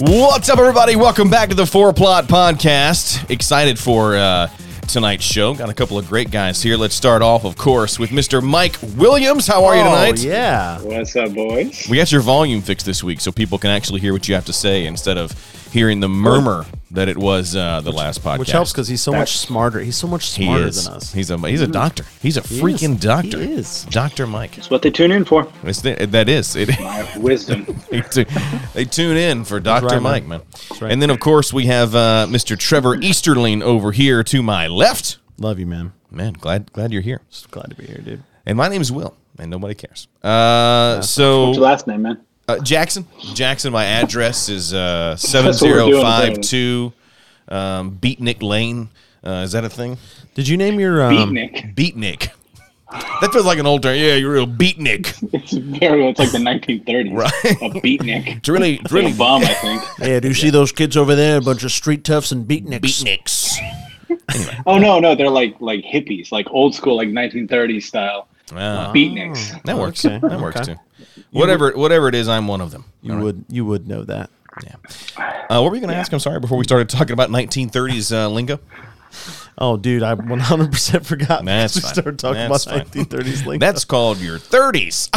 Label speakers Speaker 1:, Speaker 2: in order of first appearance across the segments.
Speaker 1: What's up, everybody? Welcome back to the Four Plot Podcast. Excited for uh, tonight's show. Got a couple of great guys here. Let's start off, of course, with Mr. Mike Williams. How are you tonight?
Speaker 2: Oh, yeah.
Speaker 3: What's up, boys?
Speaker 1: We got your volume fixed this week so people can actually hear what you have to say instead of hearing the murmur that it was uh, the last podcast.
Speaker 2: Which helps because he's so much smarter. He's so much
Speaker 1: he
Speaker 2: smarter
Speaker 1: is.
Speaker 2: than us.
Speaker 1: He's a he's a doctor. He's a
Speaker 2: He
Speaker 1: freaking
Speaker 2: is.
Speaker 1: doctor.
Speaker 2: He is.
Speaker 1: Doctor Mike.
Speaker 3: That's what they tune in for.
Speaker 1: It's the, that is it.
Speaker 3: My wisdom.
Speaker 1: they, tu- they tune in for Dr.
Speaker 2: right, man.
Speaker 1: Mike, man.
Speaker 2: right.
Speaker 1: And then, of course, we have uh, Mr. Trevor Easterling over here to my left.
Speaker 2: Love you, man.
Speaker 1: Man, glad glad you're here.
Speaker 2: Just glad to be here, dude.
Speaker 1: And my name is Will, and nobody cares. Uh,
Speaker 3: What's
Speaker 1: so
Speaker 3: your last name, man?
Speaker 1: uh, Jackson, Jackson, my address is uh, seven
Speaker 3: That's what we're
Speaker 1: zero
Speaker 3: doing
Speaker 1: five two, um, Beatnik Lane. Uh, is that a thing?
Speaker 2: Did you name your um,
Speaker 3: Beatnik.
Speaker 1: Beatnik. That feels like an old term. Yeah, you're a real beatnik.
Speaker 3: It's very. It's like the 1930s.
Speaker 1: Right.
Speaker 3: A beatnik.
Speaker 1: It's really, it's really
Speaker 3: Really bomb, I think.
Speaker 2: Yeah, do you see those kids over there? A bunch of street toughs and beatniks.
Speaker 1: beatniks.
Speaker 3: Oh no, no, they're like like hippies, like old school, like 1930s style
Speaker 1: Wow.
Speaker 3: beatniks.
Speaker 1: Ah, That works.
Speaker 2: Okay,
Speaker 1: That works
Speaker 2: okay.
Speaker 1: too. Whatever, whatever it is, I'm one of them.
Speaker 2: You would you would know that.
Speaker 1: Uh, what were you going to ask? I'm sorry. Before we started talking about 1930s uh, lingo,
Speaker 2: Oh, dude, I 100 percent forgot.
Speaker 1: That's
Speaker 2: we
Speaker 1: fine.
Speaker 2: started talking
Speaker 1: That's fine.
Speaker 2: about 1930s. Lingo.
Speaker 1: that's called your 30s.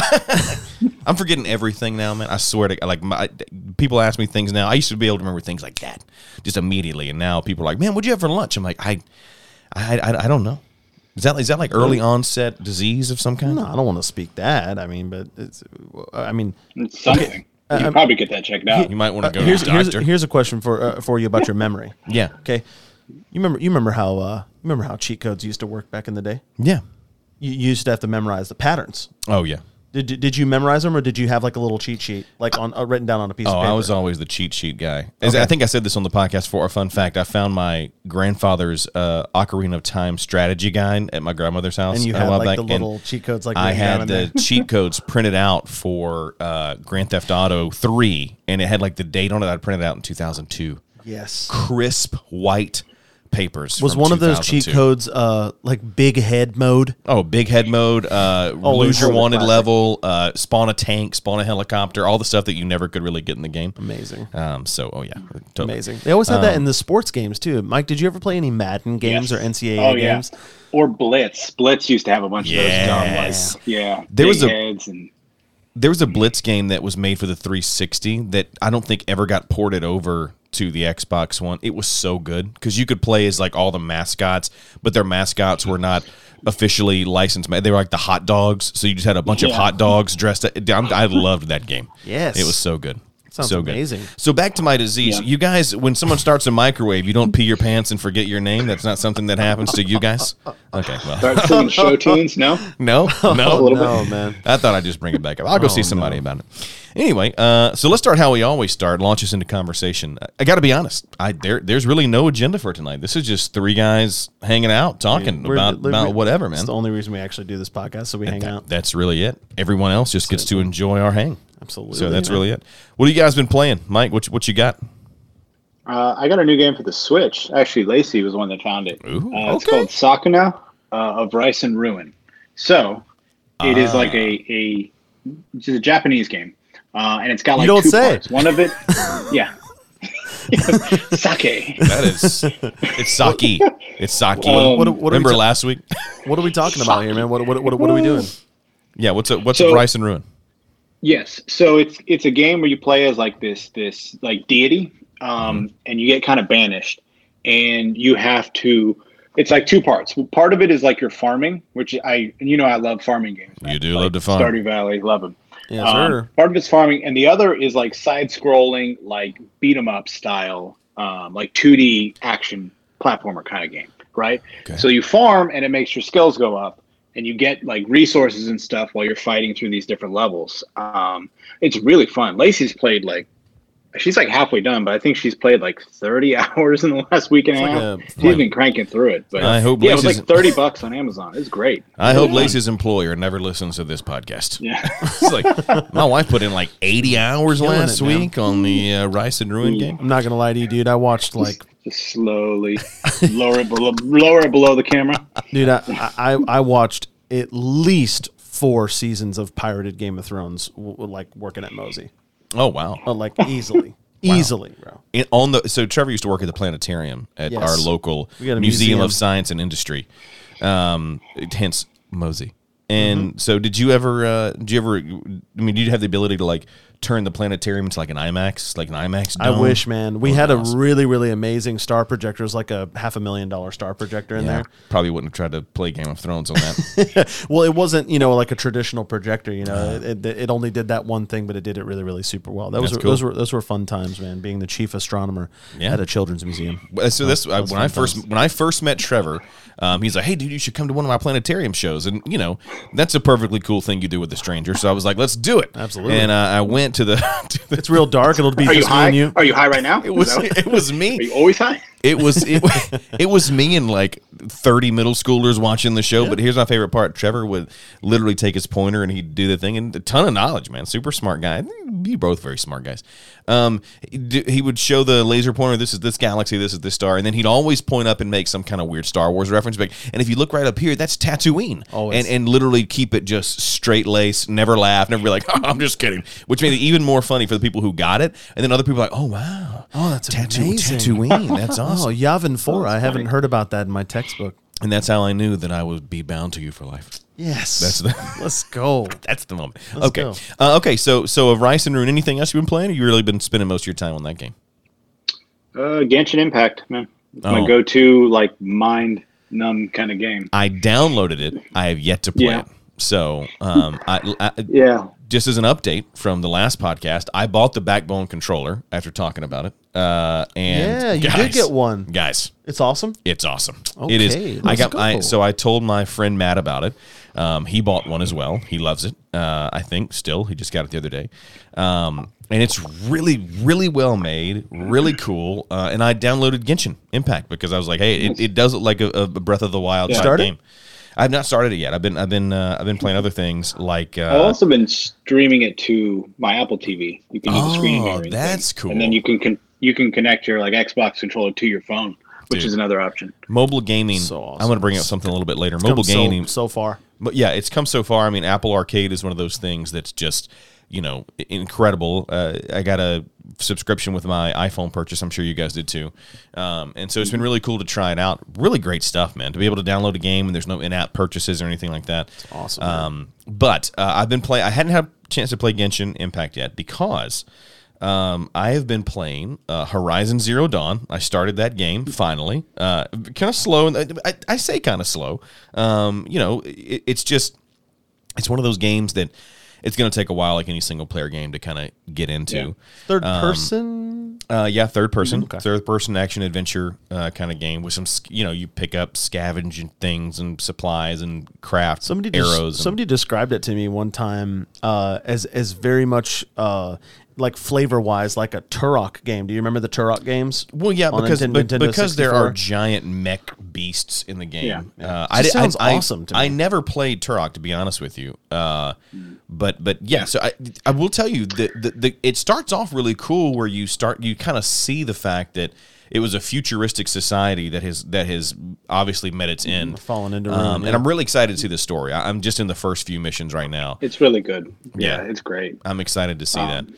Speaker 1: I'm forgetting everything now, man. I swear to like my people ask me things now. I used to be able to remember things like that just immediately, and now people are like, "Man, what'd you have for lunch?" I'm like, "I, I, I, I don't know." Is that is that like early onset disease of some kind?
Speaker 2: no, I don't want to speak that. I mean, but it's. I mean,
Speaker 3: It's something. You
Speaker 2: Uh,
Speaker 3: can probably get that checked out.
Speaker 1: You might want to
Speaker 2: uh,
Speaker 1: go
Speaker 2: here's
Speaker 1: to the
Speaker 2: here's,
Speaker 1: doctor.
Speaker 2: here's a question for uh, for you about your memory.
Speaker 1: yeah,
Speaker 2: Okay, you remember you remember how uh, you remember how cheat codes used to work back in the day?
Speaker 1: yeah.
Speaker 2: You, you used to have to memorize the patterns.
Speaker 1: Oh yeah.
Speaker 2: Did, did, did you memorize them or did you have like a little cheat sheet like on uh, written down on a piece
Speaker 1: Oh,
Speaker 2: of paper?
Speaker 1: I was always the cheat sheet guy. As
Speaker 2: Okay.
Speaker 1: I think I said this on the podcast for a fun fact. I found my grandfather's uh, Ocarina of Time strategy guide at my grandmother's house.
Speaker 2: and you
Speaker 1: a
Speaker 2: had
Speaker 1: while
Speaker 2: like
Speaker 1: back,
Speaker 2: the
Speaker 1: and
Speaker 2: little cheat codes like
Speaker 1: I
Speaker 2: written down
Speaker 1: had
Speaker 2: in
Speaker 1: the
Speaker 2: there.
Speaker 1: cheat codes printed out for uh, Grand Theft Auto 3, and it had like the date on it. I printed out in 2002.
Speaker 2: yes.
Speaker 1: Crisp white papers.
Speaker 2: Was
Speaker 1: from
Speaker 2: one of those cheat
Speaker 1: 2002.
Speaker 2: codes uh like big head mode?
Speaker 1: Oh, big head mode, uh,
Speaker 2: Always
Speaker 1: lose your
Speaker 2: hold it
Speaker 1: wanted
Speaker 2: Oh, classic.
Speaker 1: level, uh, spawn a tank, spawn a helicopter, all the stuff that you never could really get in the game.
Speaker 2: Amazing.
Speaker 1: Um, so, oh yeah, totally.
Speaker 2: Amazing. They always had
Speaker 1: Um,
Speaker 2: that in the sports games too. Mike, did you ever play any Madden games
Speaker 3: Yes.
Speaker 2: or NCAA
Speaker 3: Oh yeah.
Speaker 2: games?
Speaker 3: Or Blitz. Blitz used to have a bunch
Speaker 1: Yes.
Speaker 3: of those dumb like yeah.
Speaker 1: There
Speaker 3: big
Speaker 1: was a-
Speaker 3: heads and
Speaker 1: there was a blitz game that was made for the 360 that i don't think ever got ported over to the xbox one it was so good because you could play as like all the mascots but their mascots were not officially licensed ma- they were like the hot dogs so you just had a bunch of
Speaker 3: Yeah.
Speaker 1: hot dogs dressed up. I'm, i loved that game
Speaker 2: Yes.
Speaker 1: it was so good
Speaker 2: Sounds
Speaker 1: so good.
Speaker 2: amazing.
Speaker 1: So back to my disease.
Speaker 3: Yeah.
Speaker 1: You guys, when someone starts a microwave, you don't pee your pants and forget your name. That's not something that happens to you guys. Okay. Well,
Speaker 3: start singing show tunes. No,
Speaker 1: no, no,
Speaker 3: little
Speaker 2: No, man.
Speaker 1: I thought I'd just bring it back up. I'll
Speaker 2: Oh,
Speaker 1: go see somebody about it. Anyway, uh, so let's start how we always start. Launch us into conversation. I, got to be honest. I there there's really no agenda for tonight. This is just three guys hanging out, talking
Speaker 2: We're-
Speaker 1: about
Speaker 2: we're-
Speaker 1: about whatever,
Speaker 2: It's
Speaker 1: man.
Speaker 2: the only reason we actually do this podcast, so we hang out.
Speaker 1: That's really it. Everyone else just gets to enjoy our hang.
Speaker 2: Absolutely.
Speaker 1: So that's really it. What have you guys been playing, Mike? What you- what you got?
Speaker 3: Uh, I got a new game for the Switch. Actually, Lacey was the one that found it.
Speaker 1: Ooh,
Speaker 3: uh, It's
Speaker 1: okay.
Speaker 3: called Sakuna uh, of Rice and Ruin. So it is like a a it's a Japanese game, uh, and it's got like
Speaker 2: don't
Speaker 3: two
Speaker 2: say.
Speaker 3: parts. One of it, yeah, sake.
Speaker 1: That is, it's sake. It's sake.
Speaker 3: Um,
Speaker 2: What- what are we
Speaker 1: Remember
Speaker 2: ta-
Speaker 1: last week?
Speaker 2: What are we talking about here, man? What what what, what are we doing?
Speaker 1: yeah. What's a what's
Speaker 3: So-
Speaker 1: a rice and ruin?
Speaker 3: Yes. So it's it's a game where you play as like this this like deity, um, and you get kind of banished, and you have to. It's like two parts. Part of it is like your farming, which I and you know I love farming games.
Speaker 1: You do
Speaker 3: Like
Speaker 1: love to farm.
Speaker 3: Stardew Valley, love them.
Speaker 2: Yes,
Speaker 3: Um,
Speaker 2: sir.
Speaker 3: part of it's farming, and the other is like side-scrolling, like beat 'em up style, um, like 2D action platformer kind of game, right?
Speaker 1: Okay.
Speaker 3: So you farm, and it makes your skills go up, and you get like resources and stuff while you're fighting through these different levels. Um, it's really fun. Lacey's played like she's like halfway done, but I think she's played like 30 hours in the last week and a
Speaker 2: It's like
Speaker 3: half.
Speaker 2: a-
Speaker 3: She's been cranking through it, but
Speaker 1: I hope
Speaker 3: yeah, it was
Speaker 1: Lacey's- Uh,
Speaker 3: like 30 bucks on Amazon. It's great.
Speaker 1: I
Speaker 3: Really
Speaker 1: hope
Speaker 3: fun.
Speaker 1: Lacey's employer never listens to this podcast.
Speaker 3: Yeah.
Speaker 1: It's like my wife put in like 80 hours
Speaker 2: Killing
Speaker 1: last
Speaker 2: it, man.
Speaker 1: week on the uh, rice and ruin game.
Speaker 2: I'm not gonna lie to you, dude. I watched like
Speaker 3: Just slowly lower it below, lower it below the camera.
Speaker 2: dude I, I i watched at least four seasons of pirated game of thrones w- w- like working at mosey
Speaker 1: Oh wow,
Speaker 2: but like easily easily, bro.
Speaker 1: in, on the so Trevor used to work at the planetarium at
Speaker 2: Yes.
Speaker 1: our local
Speaker 2: We got a
Speaker 1: museum,
Speaker 2: museum.
Speaker 1: of Science and Industry, um, hence Mosey. And
Speaker 2: Mm-hmm.
Speaker 1: so, did you ever? Uh, did you ever? I mean, did you have the ability to like turn the planetarium into like an IMAX, like an IMAX?
Speaker 2: I
Speaker 1: dome?
Speaker 2: wish, man. We
Speaker 1: That
Speaker 2: had
Speaker 1: would've
Speaker 2: a
Speaker 1: been awesome.
Speaker 2: really, really amazing star projector. It was like a half a million dollar star projector in
Speaker 1: Yeah,
Speaker 2: there.
Speaker 1: probably wouldn't have tried to play Game of Thrones on that.
Speaker 2: Well, it wasn't, you know, like a traditional projector. You know, it, it, it only did that one thing, but it did it really, really super well. That was
Speaker 1: That's cool.
Speaker 2: those were those were fun times, man. Being the chief astronomer
Speaker 1: Yeah.
Speaker 2: at a children's museum.
Speaker 1: But- so this I, when I
Speaker 2: fun
Speaker 1: first when I first met Trevor, um, he's like, "Hey, dude, you should come to one of my planetarium shows." And you know, that's a perfectly cool thing you do with a stranger. So I was like, "Let's do it."
Speaker 2: Absolutely.
Speaker 1: And uh, I went to the. To the
Speaker 2: It's real dark. It'll be
Speaker 3: Are you
Speaker 2: just me
Speaker 3: high?
Speaker 2: and you.
Speaker 3: Are you high right now?
Speaker 1: it was
Speaker 3: Are
Speaker 1: it was me.
Speaker 3: you always high?
Speaker 1: It was it, it was me and like thirty middle schoolers watching the show. But here's my favorite part: Trevor would literally take his pointer and he'd do the thing, and a ton of knowledge, man. Super smart guy. You both very smart guys. Um, d- he would show the laser pointer. This is this galaxy. This is this star, and then he'd always point up and make some kind of weird Star Wars reference. Like, and if you look right up here, that's Tatooine.
Speaker 2: Always.
Speaker 1: And and literally keep it just straight lace. Never laugh. Never be like, oh, I'm just kidding. Which made it even more funny for the people who got it, and then other people are like, oh wow,
Speaker 2: Oh, that's
Speaker 1: Tattoo-
Speaker 2: amazing.
Speaker 1: Tatooine. That's
Speaker 2: Oh,
Speaker 1: awesome.
Speaker 2: Yavin Four. I haven't heard about that in my textbook.
Speaker 1: And that's how I knew that I would be bound to you for life.
Speaker 2: Yes,
Speaker 1: That's the-
Speaker 2: let's go.
Speaker 1: That's the moment.
Speaker 2: Let's
Speaker 1: okay.
Speaker 2: go.
Speaker 1: Uh, okay. So, so of Rice and Rune, anything else you've been playing? Or you really been spending most of your time on that game?
Speaker 3: Uh, Genshin Impact, man. It's
Speaker 1: Oh.
Speaker 3: My go-to, like mind numb kind of game.
Speaker 1: I downloaded it. I have yet to play
Speaker 3: Yeah.
Speaker 1: it. So, um, I, I,
Speaker 3: Yeah,
Speaker 1: just as an update from the last podcast, I bought the Backbone controller after talking about it. Uh, and
Speaker 2: Yeah, you did
Speaker 1: guys-
Speaker 2: get one.
Speaker 1: guys.
Speaker 2: It's awesome.
Speaker 1: It's awesome. it
Speaker 2: Okay,
Speaker 1: is. I
Speaker 2: let's
Speaker 1: got I
Speaker 2: go.
Speaker 1: so I told my friend Matt about it. Um, he bought one as well. He loves it. Uh, I think still he just got it the other day. Um, and it's really really well made, really cool. Uh, and I downloaded Genshin Impact because I was like, hey, it, it does look like a, a Breath of the Wild type
Speaker 2: Started?
Speaker 1: game. I've not started it yet. I've been I've been uh, I've been playing other things like uh,
Speaker 3: I've also been streaming it to my Apple TV. You can do the screen
Speaker 1: Oh,
Speaker 3: mirroring thing.
Speaker 1: that's cool.
Speaker 3: And then you can con- you can connect your like Xbox controller to your phone, which
Speaker 1: Dude.
Speaker 3: is another option.
Speaker 1: mobile gaming.
Speaker 2: So awesome.
Speaker 1: I'm going to bring up something a little bit later. Mobile
Speaker 2: Come so-
Speaker 1: gaming.
Speaker 2: so far.
Speaker 1: but yeah, it's come so far. I mean, Apple Arcade is one of those things that's just you know i- incredible. Uh, I got a subscription with my iPhone purchase. I'm sure you guys did too, um, and so it's been really cool to try it out. Really great stuff, man. To be able to download a game and there's no in-app purchases or anything like that.
Speaker 2: awesome, man.
Speaker 1: Um, but uh, I've been playing. I hadn't had a chance to play Genshin Impact yet because. Um, I have been playing uh, Horizon Zero Dawn. I started that game finally. Uh, kind of slow. I, I say kind of slow. Um, you know, it, it's just it's one of those games that it's going to take a while, like any single player game, to kind of get into.
Speaker 2: Third
Speaker 1: um,
Speaker 2: person.
Speaker 1: Uh, yeah, third person,
Speaker 2: Okay.
Speaker 1: third person action adventure uh, kind of game with some, sc- you know, you pick up scavenging things and supplies and craft
Speaker 2: Somebody des-
Speaker 1: arrows. and-
Speaker 2: somebody described it to me one time uh, as as very much uh, like flavor wise like a Turok game. Do you remember the Turok games?
Speaker 1: Well, yeah,
Speaker 2: on
Speaker 1: because
Speaker 2: Ninten-
Speaker 1: but-
Speaker 2: Nintendo
Speaker 1: because there are
Speaker 2: 64?
Speaker 1: giant mech beasts in the game.
Speaker 3: Yeah.
Speaker 1: Uh, I,
Speaker 2: Just
Speaker 1: di- I-
Speaker 2: sounds
Speaker 1: I-
Speaker 2: awesome to
Speaker 1: I
Speaker 2: me.
Speaker 1: never played Turok, to be honest with you. Uh,
Speaker 3: Mm.
Speaker 1: but but yeah, so I I will tell you that the, the it starts off really cool where you start you kind of see the fact that it was a futuristic society that has that has obviously met its end.
Speaker 2: fallen into ruin,
Speaker 1: um,
Speaker 2: Mm-hmm. yeah.
Speaker 1: and I'm really excited to see this story. I, I'm just in the first few missions right now.
Speaker 3: It's really good. Yeah,
Speaker 1: Yeah.
Speaker 3: it's great.
Speaker 1: I'm excited to see that.
Speaker 3: Um,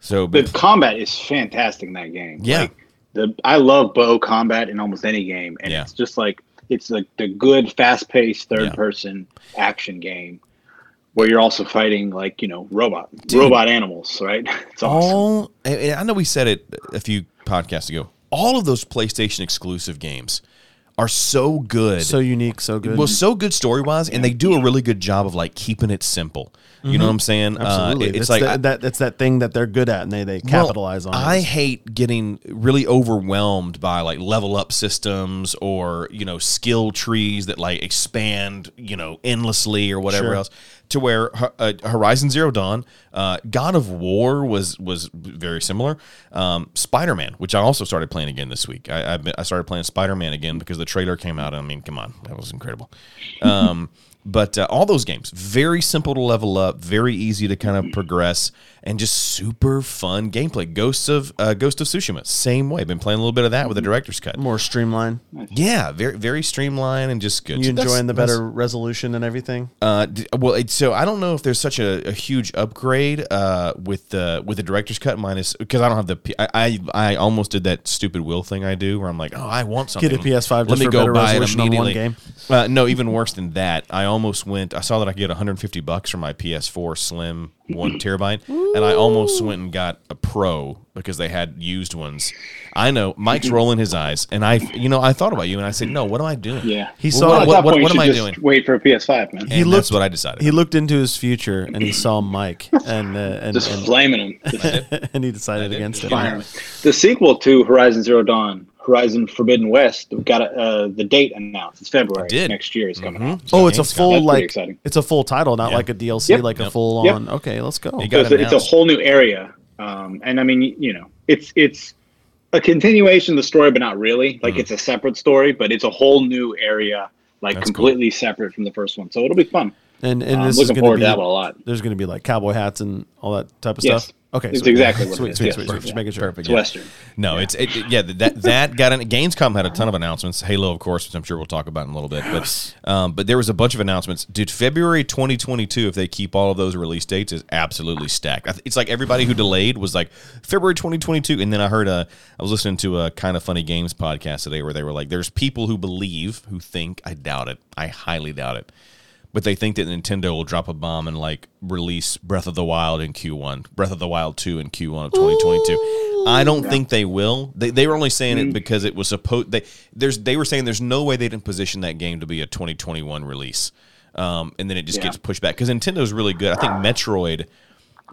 Speaker 1: So
Speaker 3: The
Speaker 1: but,
Speaker 3: combat is fantastic in that game.
Speaker 1: Yeah.
Speaker 3: Like, the I love bow combat in almost any game, and
Speaker 1: Yeah.
Speaker 3: it's just like it's like the good, fast-paced
Speaker 1: Yeah.
Speaker 3: third-person action game where you're also fighting like you know robot robot animals, right? It's
Speaker 1: Oh.
Speaker 3: awesome.
Speaker 1: all and- and I know we said it a few podcasts ago. All of those PlayStation exclusive games are so good.
Speaker 2: So unique, so good.
Speaker 1: well, so good story wise, and they do a really good job of like keeping it simple. You know what I'm saying? Uh,
Speaker 2: Mm-hmm. Absolutely,
Speaker 1: it-
Speaker 2: it's
Speaker 1: it's like
Speaker 2: that,
Speaker 1: I-
Speaker 2: that. That's that thing that they're good at, and they they
Speaker 1: well,
Speaker 2: capitalize on.
Speaker 1: I
Speaker 2: it.
Speaker 1: hate getting really overwhelmed by like level up systems or you know skill trees that like expand you know endlessly or whatever
Speaker 2: Sure.
Speaker 1: else. To where uh, Horizon Zero Dawn, uh, God of War was was very similar. Um, Spider Man, which I also started playing again this week. I I've been, I started playing Spider Man again because the trailer came out. I mean, come on, that was incredible. Um, But uh, all those games, very simple to level up, very easy to kind of progress, and just super fun gameplay. Ghosts of uh, Ghost of Tsushima, same way. Been playing a little bit of that
Speaker 2: Mm-hmm.
Speaker 1: with the director's cut.
Speaker 2: More streamlined.
Speaker 1: Yeah, very very streamlined and just good.
Speaker 2: You
Speaker 1: So that's-
Speaker 2: enjoying the
Speaker 1: that's-
Speaker 2: better resolution and everything?
Speaker 1: uh, d- well, it, so I don't know if there's such a, a huge upgrade uh, with the with the director's cut minus because I don't have the P- I, I I almost did that stupid will thing I do where I'm like oh I want something
Speaker 2: a PS5 just for better resolution on one game.
Speaker 1: uh, no even worse than that I almost went I saw that I could get 150 bucks for my PS4 Slim one terabyte and I almost went and got a Pro because they had used ones I know
Speaker 2: Mm-hmm.
Speaker 1: Mike's rolling his eyes and I you know I thought about you and I said no what am I doing
Speaker 3: Yeah.
Speaker 2: He
Speaker 1: Well,
Speaker 2: saw-
Speaker 1: what,
Speaker 3: at
Speaker 1: what-
Speaker 3: that
Speaker 1: what-
Speaker 3: point,
Speaker 1: what
Speaker 3: you
Speaker 1: am I
Speaker 3: should
Speaker 1: doing
Speaker 3: just wait for a PS5, man.
Speaker 1: and
Speaker 2: looked-
Speaker 1: that's what I decided
Speaker 2: He looked into his future and he saw Mike, and uh, and,
Speaker 3: Just
Speaker 2: and,
Speaker 3: flaming them, just
Speaker 2: and he decided
Speaker 1: did.
Speaker 2: against it.
Speaker 3: firing 'em. The sequel to Horizon Zero Dawn, Horizon Forbidden West, we got uh, the date announced. It's February
Speaker 1: did. Mm-hmm.
Speaker 3: next year. It's coming out.
Speaker 2: Oh, it's
Speaker 1: Game's
Speaker 2: a
Speaker 1: coming.
Speaker 2: full
Speaker 3: That's pretty
Speaker 2: like
Speaker 3: exciting.
Speaker 2: it's a full title, not like a DLC,
Speaker 3: Yep.
Speaker 2: like a
Speaker 1: Yep.
Speaker 2: full
Speaker 3: Yep.
Speaker 2: on. Okay, let's go.
Speaker 1: You
Speaker 3: So
Speaker 1: got
Speaker 3: it's, a, it's a
Speaker 1: announced.
Speaker 3: whole new area, um, and I mean, y- you know, it's it's a continuation of the story, but not really.
Speaker 2: Mm-hmm.
Speaker 3: Like it's a separate story, but it's a whole new area, like
Speaker 1: That's cool.
Speaker 3: completely separate from the first one. So it'll be fun.
Speaker 2: And and
Speaker 3: I'm
Speaker 2: this is
Speaker 3: looking
Speaker 2: gonna
Speaker 3: forward
Speaker 2: be,
Speaker 3: to that one a lot.
Speaker 2: There's going to be like cowboy hats and all that type of
Speaker 3: Yes.
Speaker 2: stuff. Okay,
Speaker 3: It's
Speaker 2: sweet.
Speaker 3: exactly what it
Speaker 2: sweet,
Speaker 3: is.
Speaker 2: sweet,
Speaker 3: Yeah,
Speaker 2: sweet,
Speaker 3: perfect.
Speaker 2: sweest. Just making sure.
Speaker 1: Perfect.
Speaker 3: It's
Speaker 1: yeah.
Speaker 3: Western.
Speaker 1: No, it's it, it- yeah that that got an Gamescom had a ton of announcements. Halo, of course, which I'm sure we'll talk about in a little bit. But um, but there was a bunch of announcements. Dude, February 2022, if they keep all of those release dates, is absolutely stacked. I th- It's like everybody who delayed was like February 2022, and then I heard a I was listening to a kind of funny games podcast today where they were like, "There's people who believe, who think, I doubt it, I highly doubt it." But they think that Nintendo will drop a bomb and like release Breath of the Wild in Q1, Breath of the Wild 2 in Q1 of 2022. I don't think they will. They, they were only saying it because it was supposed they there's they were saying there's no way they didn't position that game to be a 2021 release. Um, and then it just
Speaker 3: Yeah.
Speaker 1: gets pushed back cuz Nintendo's really good. I think Metroid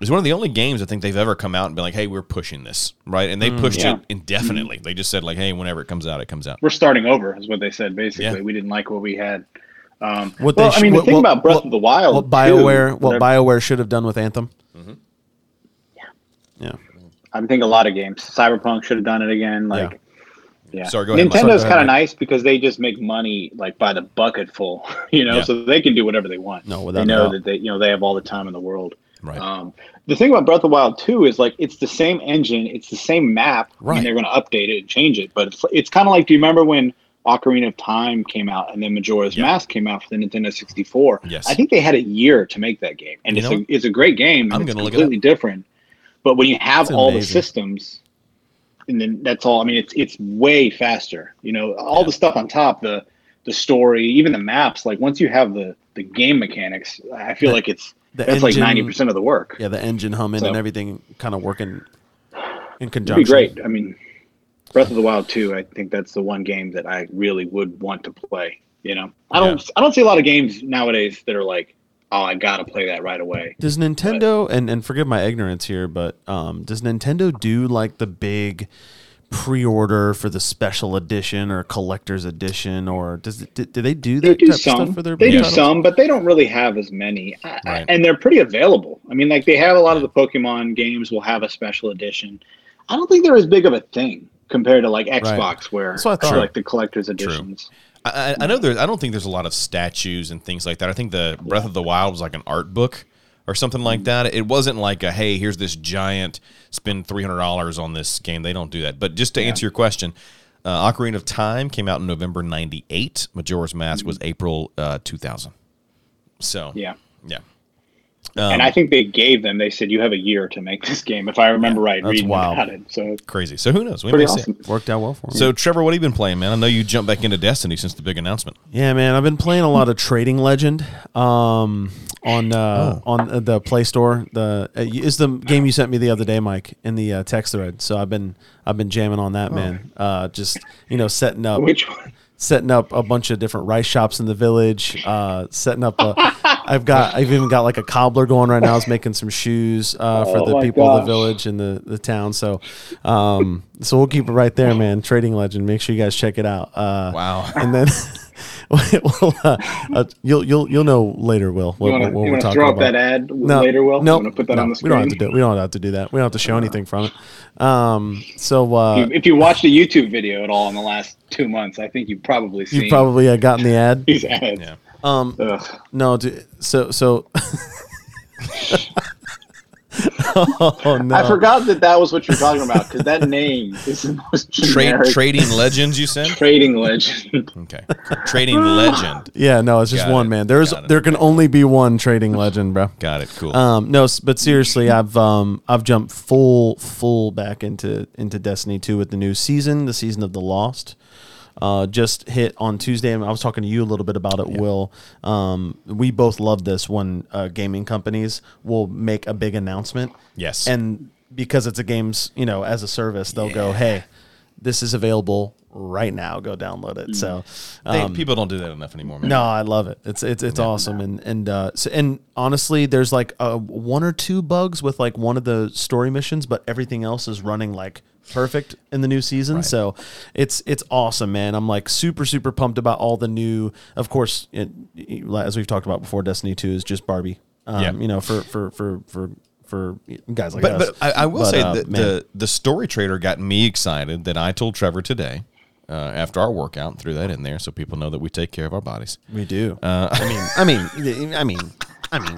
Speaker 1: is one of the only games I think they've ever come out and been like, "Hey, we're pushing this." Right? And they pushed
Speaker 3: Yeah.
Speaker 1: it indefinitely. They just said like, "Hey, whenever it comes out, it comes out."
Speaker 3: We're starting over, is what they said. Basically,
Speaker 1: Yeah.
Speaker 3: we didn't like what we had. Um,
Speaker 2: What
Speaker 3: well,
Speaker 2: they
Speaker 3: I
Speaker 2: sh-
Speaker 3: mean,
Speaker 2: what-
Speaker 3: the thing
Speaker 2: what-
Speaker 3: about Breath of the Wild,
Speaker 2: What
Speaker 3: too,
Speaker 2: Bioware, what
Speaker 3: that-
Speaker 2: Bioware should have done with Anthem.
Speaker 3: Mm-hmm.
Speaker 2: Yeah,
Speaker 3: I think a lot of games. Cyberpunk should have done it again. Like,
Speaker 2: Yeah.
Speaker 3: yeah.
Speaker 1: Sorry, go ahead, Mike.
Speaker 2: Sorry,
Speaker 3: Nintendo's
Speaker 2: go ahead,
Speaker 3: kind of
Speaker 2: Mike.
Speaker 3: nice because they just make money like by the bucket full, you know,
Speaker 1: Yeah.
Speaker 3: so they can do whatever they want.
Speaker 2: No, without
Speaker 3: they
Speaker 2: a
Speaker 3: know
Speaker 2: doubt.
Speaker 3: that they, you know, they have all the time in the world.
Speaker 1: Right.
Speaker 3: Um, the thing about Breath of the Wild 2 is like it's the same engine, it's the same map,
Speaker 1: Right.
Speaker 3: and they're going to update it and change it. But it's it's kind of like, do you remember when Ocarina of Time came out and then Majora's
Speaker 1: Yeah.
Speaker 3: Mask came out for the Nintendo 64?
Speaker 1: Yes.
Speaker 3: I think they had a year to make that game, and
Speaker 1: You
Speaker 3: it's
Speaker 1: know-
Speaker 3: a it's a great game. And
Speaker 1: I'm
Speaker 3: it's
Speaker 1: gonna look it up.
Speaker 3: completely different. But when you have
Speaker 2: That's
Speaker 3: all the
Speaker 2: amazing.
Speaker 3: systems, and then that's all. I mean, it's it's way faster. You know, all the stuff on top, the the story, even the maps. Like once you have the the game mechanics, I feel like it's
Speaker 2: the
Speaker 3: that's like
Speaker 2: engine-
Speaker 3: ninety percent of the work.
Speaker 2: yeah, the engine humming
Speaker 3: So-
Speaker 2: and everything kind of working in
Speaker 3: It'd be
Speaker 2: conjunction.
Speaker 3: great. I mean, Breath of the Wild two. I think that's the one game that I really would want to play. You know, I don't I don't see a lot of games nowadays that are like, oh, I gotta play that right away.
Speaker 2: Does Nintendo and and forgive my ignorance here, but um, does Nintendo do like the big pre-order for the special edition or collector's edition, or does it, do, do they do that
Speaker 3: They do
Speaker 2: type of stuff
Speaker 3: some.
Speaker 2: for their
Speaker 3: They do
Speaker 2: titles?
Speaker 3: some, but they don't really have as many, I- I-
Speaker 1: Right.
Speaker 3: and they're pretty available. I mean, like they have a lot of the Pokemon games will have a special edition. I don't think they're as big of a thing compared to like Xbox, where
Speaker 2: That's what I thought.
Speaker 3: or, like the collector's editions.
Speaker 1: I, I I know there's. I don't think there's a lot of statues and things like that. I think the Breath of the Wild was like an art book or something like
Speaker 3: Mm-hmm.
Speaker 1: that. It wasn't like a hey, here's this giant spend three hundred dollars on this game. They don't do that. But just to answer your question, uh, Ocarina of Time came out in November '98. Majora's Mask was April uh, 2000. So
Speaker 3: Mm-hmm. Yeah.
Speaker 1: yeah, Um,
Speaker 3: and
Speaker 2: Oh.
Speaker 3: I think they gave them. They said you have a year to make this game, if I remember right.
Speaker 2: that's
Speaker 3: Reading
Speaker 2: wild.
Speaker 3: about it, so it's
Speaker 1: crazy. So who knows? We
Speaker 3: pretty
Speaker 1: may see.
Speaker 3: awesome.
Speaker 2: worked out well for them.
Speaker 1: So Trevor, what have you been playing, man? I know you jumped back into Destiny since the big announcement.
Speaker 2: Yeah, man, I've been playing a lot of Trading Legend um, on uh, on the Play Store. The uh, is the game you sent me the other day, Mike, in the uh, text thread. So I've been I've been jamming on that, man. Uh, just you know, setting up
Speaker 3: Which one?
Speaker 2: setting up a bunch of different rice shops in the village. Uh, setting up a, I've got I've even got like a cobbler going right now. Is making some shoes uh, for
Speaker 3: Oh
Speaker 2: the
Speaker 3: my
Speaker 2: people of
Speaker 3: gosh.
Speaker 2: the village and the the town. So um, so we'll keep it right there, man. Trading Legend. Make sure you guys check it out. Uh,
Speaker 1: Wow.
Speaker 2: and then well, uh, uh, you'll you'll you'll know later, Will. What,
Speaker 3: You wanna-
Speaker 2: what we're
Speaker 3: you want to
Speaker 2: talking
Speaker 3: throw up
Speaker 2: about.
Speaker 3: that ad
Speaker 2: No,
Speaker 3: later, Will?
Speaker 2: No,
Speaker 3: I'm gonna put that
Speaker 2: no,
Speaker 3: on the
Speaker 2: we
Speaker 3: screen. Uh,
Speaker 2: don't have to do. We don't have to do that. We don't have to show anything from it. Um, so uh,
Speaker 3: if you watched a YouTube video at all in the last two months, I think you've probably seen
Speaker 2: you probably had uh, gotten the ad.
Speaker 3: these ads.
Speaker 1: Yeah.
Speaker 2: Um,
Speaker 3: Ugh.
Speaker 2: no, dude, so so. oh no!
Speaker 3: I forgot that that was what you're talking about because that name is the most
Speaker 1: Trade,
Speaker 3: generic
Speaker 1: trading legends, you said?
Speaker 3: trading legend.
Speaker 1: Okay. Trading legend.
Speaker 2: Yeah, no, it's just
Speaker 1: Got
Speaker 2: one
Speaker 1: it.
Speaker 2: man. There's
Speaker 1: Got it.
Speaker 2: there can only be one trading legend, bro.
Speaker 1: Got it. Cool.
Speaker 2: Um, no, s- but seriously, I've um, I've jumped full full back into into Destiny two with the new season, the season of the Lost. Uh, just hit on Tuesday, and I was talking to you a little bit about it. Will, um, we both love this when uh, gaming companies will make a big announcement.
Speaker 1: Yes.
Speaker 2: and because it's a games, you know, as a service, they'll go, "Hey, this is available right now. Go download
Speaker 1: Mm.
Speaker 2: it." So
Speaker 1: They- people don't do that enough anymore, man.
Speaker 2: um, no, I love it. It's it's it's awesome, and and uh, so, and honestly, there's like uh one or two bugs with like one of the story missions, but everything else is running like perfect in the new season. So it's it's awesome, man. I'm like super super pumped about all the new. Of course, it, as we've talked about before, Destiny Two is just Barbie. Um,
Speaker 1: Yeah.
Speaker 2: you know, for for for for for guys like
Speaker 1: But,
Speaker 2: us.
Speaker 1: but I, I will
Speaker 2: But,
Speaker 1: say
Speaker 2: uh,
Speaker 1: that
Speaker 2: man.
Speaker 1: the, the story trader got me excited that I told Trevor today uh, after our workout and threw that in there so people know that we take care of our bodies.
Speaker 2: we do.
Speaker 1: Uh,
Speaker 2: I mean, I mean, I mean, I mean.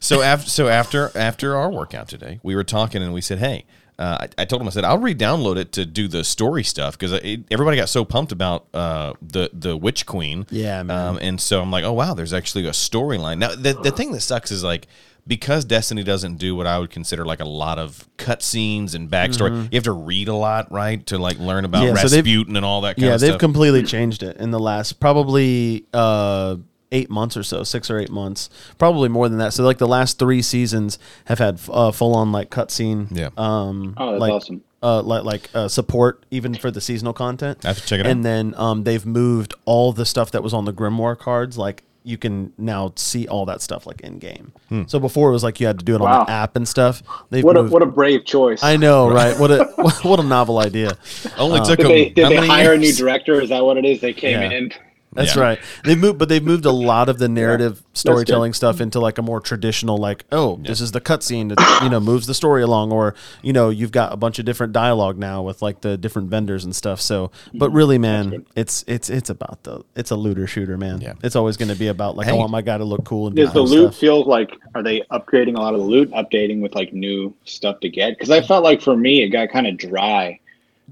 Speaker 1: So after so after after our workout today, we were talking and we said, "Hey," uh, I, I told him I said I'll re-download it to do the story stuff because everybody got so pumped about uh, the the Witch Queen.
Speaker 2: Yeah, man.
Speaker 1: Um, and so I'm like, "Oh wow, there's actually a storyline." Now the the thing that sucks is like. Because Destiny doesn't do what I would consider like a lot of cutscenes and backstory, you have to read a lot, right, to like learn about
Speaker 2: Mm-hmm. Yeah, so they've-
Speaker 1: Rasputin and all that kind
Speaker 2: yeah,
Speaker 1: of
Speaker 2: they've
Speaker 1: stuff.
Speaker 2: completely changed it in the last probably uh, eight months or so, six or eight months, probably more than that. So like the last three seasons have had uh, full on like cutscene,
Speaker 1: Yeah.
Speaker 2: um,
Speaker 3: Oh, that's
Speaker 2: like,
Speaker 3: awesome.
Speaker 2: uh, like like uh, support even for the seasonal content.
Speaker 1: I have to check it out.
Speaker 2: And then um, they've moved all the stuff that was on the Grimoire cards, like. You can now see all that stuff like in game.
Speaker 1: Hmm.
Speaker 2: So before it was like you had to do it
Speaker 3: Wow.
Speaker 2: on the app and stuff. They've
Speaker 3: What a
Speaker 2: moved-
Speaker 3: what a brave choice.
Speaker 2: I know, right? What a what a novel idea.
Speaker 1: Only
Speaker 2: uh,
Speaker 1: took them
Speaker 3: did they,
Speaker 1: how
Speaker 3: did they
Speaker 1: many
Speaker 3: hire a new
Speaker 1: years?
Speaker 3: director? Is that what it is? They came
Speaker 2: Yeah.
Speaker 3: in.
Speaker 2: That's
Speaker 1: Yeah.
Speaker 2: right. They've moved, but they've moved a lot of the narrative storytelling stuff into like a more traditional, like, oh, this is the cutscene that you know moves the story along, or you know, you've got a bunch of different dialogue now with like the different vendors and stuff. So, but really, man, it's it's it's about the it's a looter shooter, man.
Speaker 1: Yeah.
Speaker 2: It's always going to be about like, I
Speaker 1: Hey.
Speaker 2: want my guy to look cool and do
Speaker 3: Does the
Speaker 2: cool
Speaker 3: loot
Speaker 2: stuff.
Speaker 3: feel like? Are they upgrading a lot of the loot? Updating with like new stuff to get? Because I felt like for me, it got kind of dry.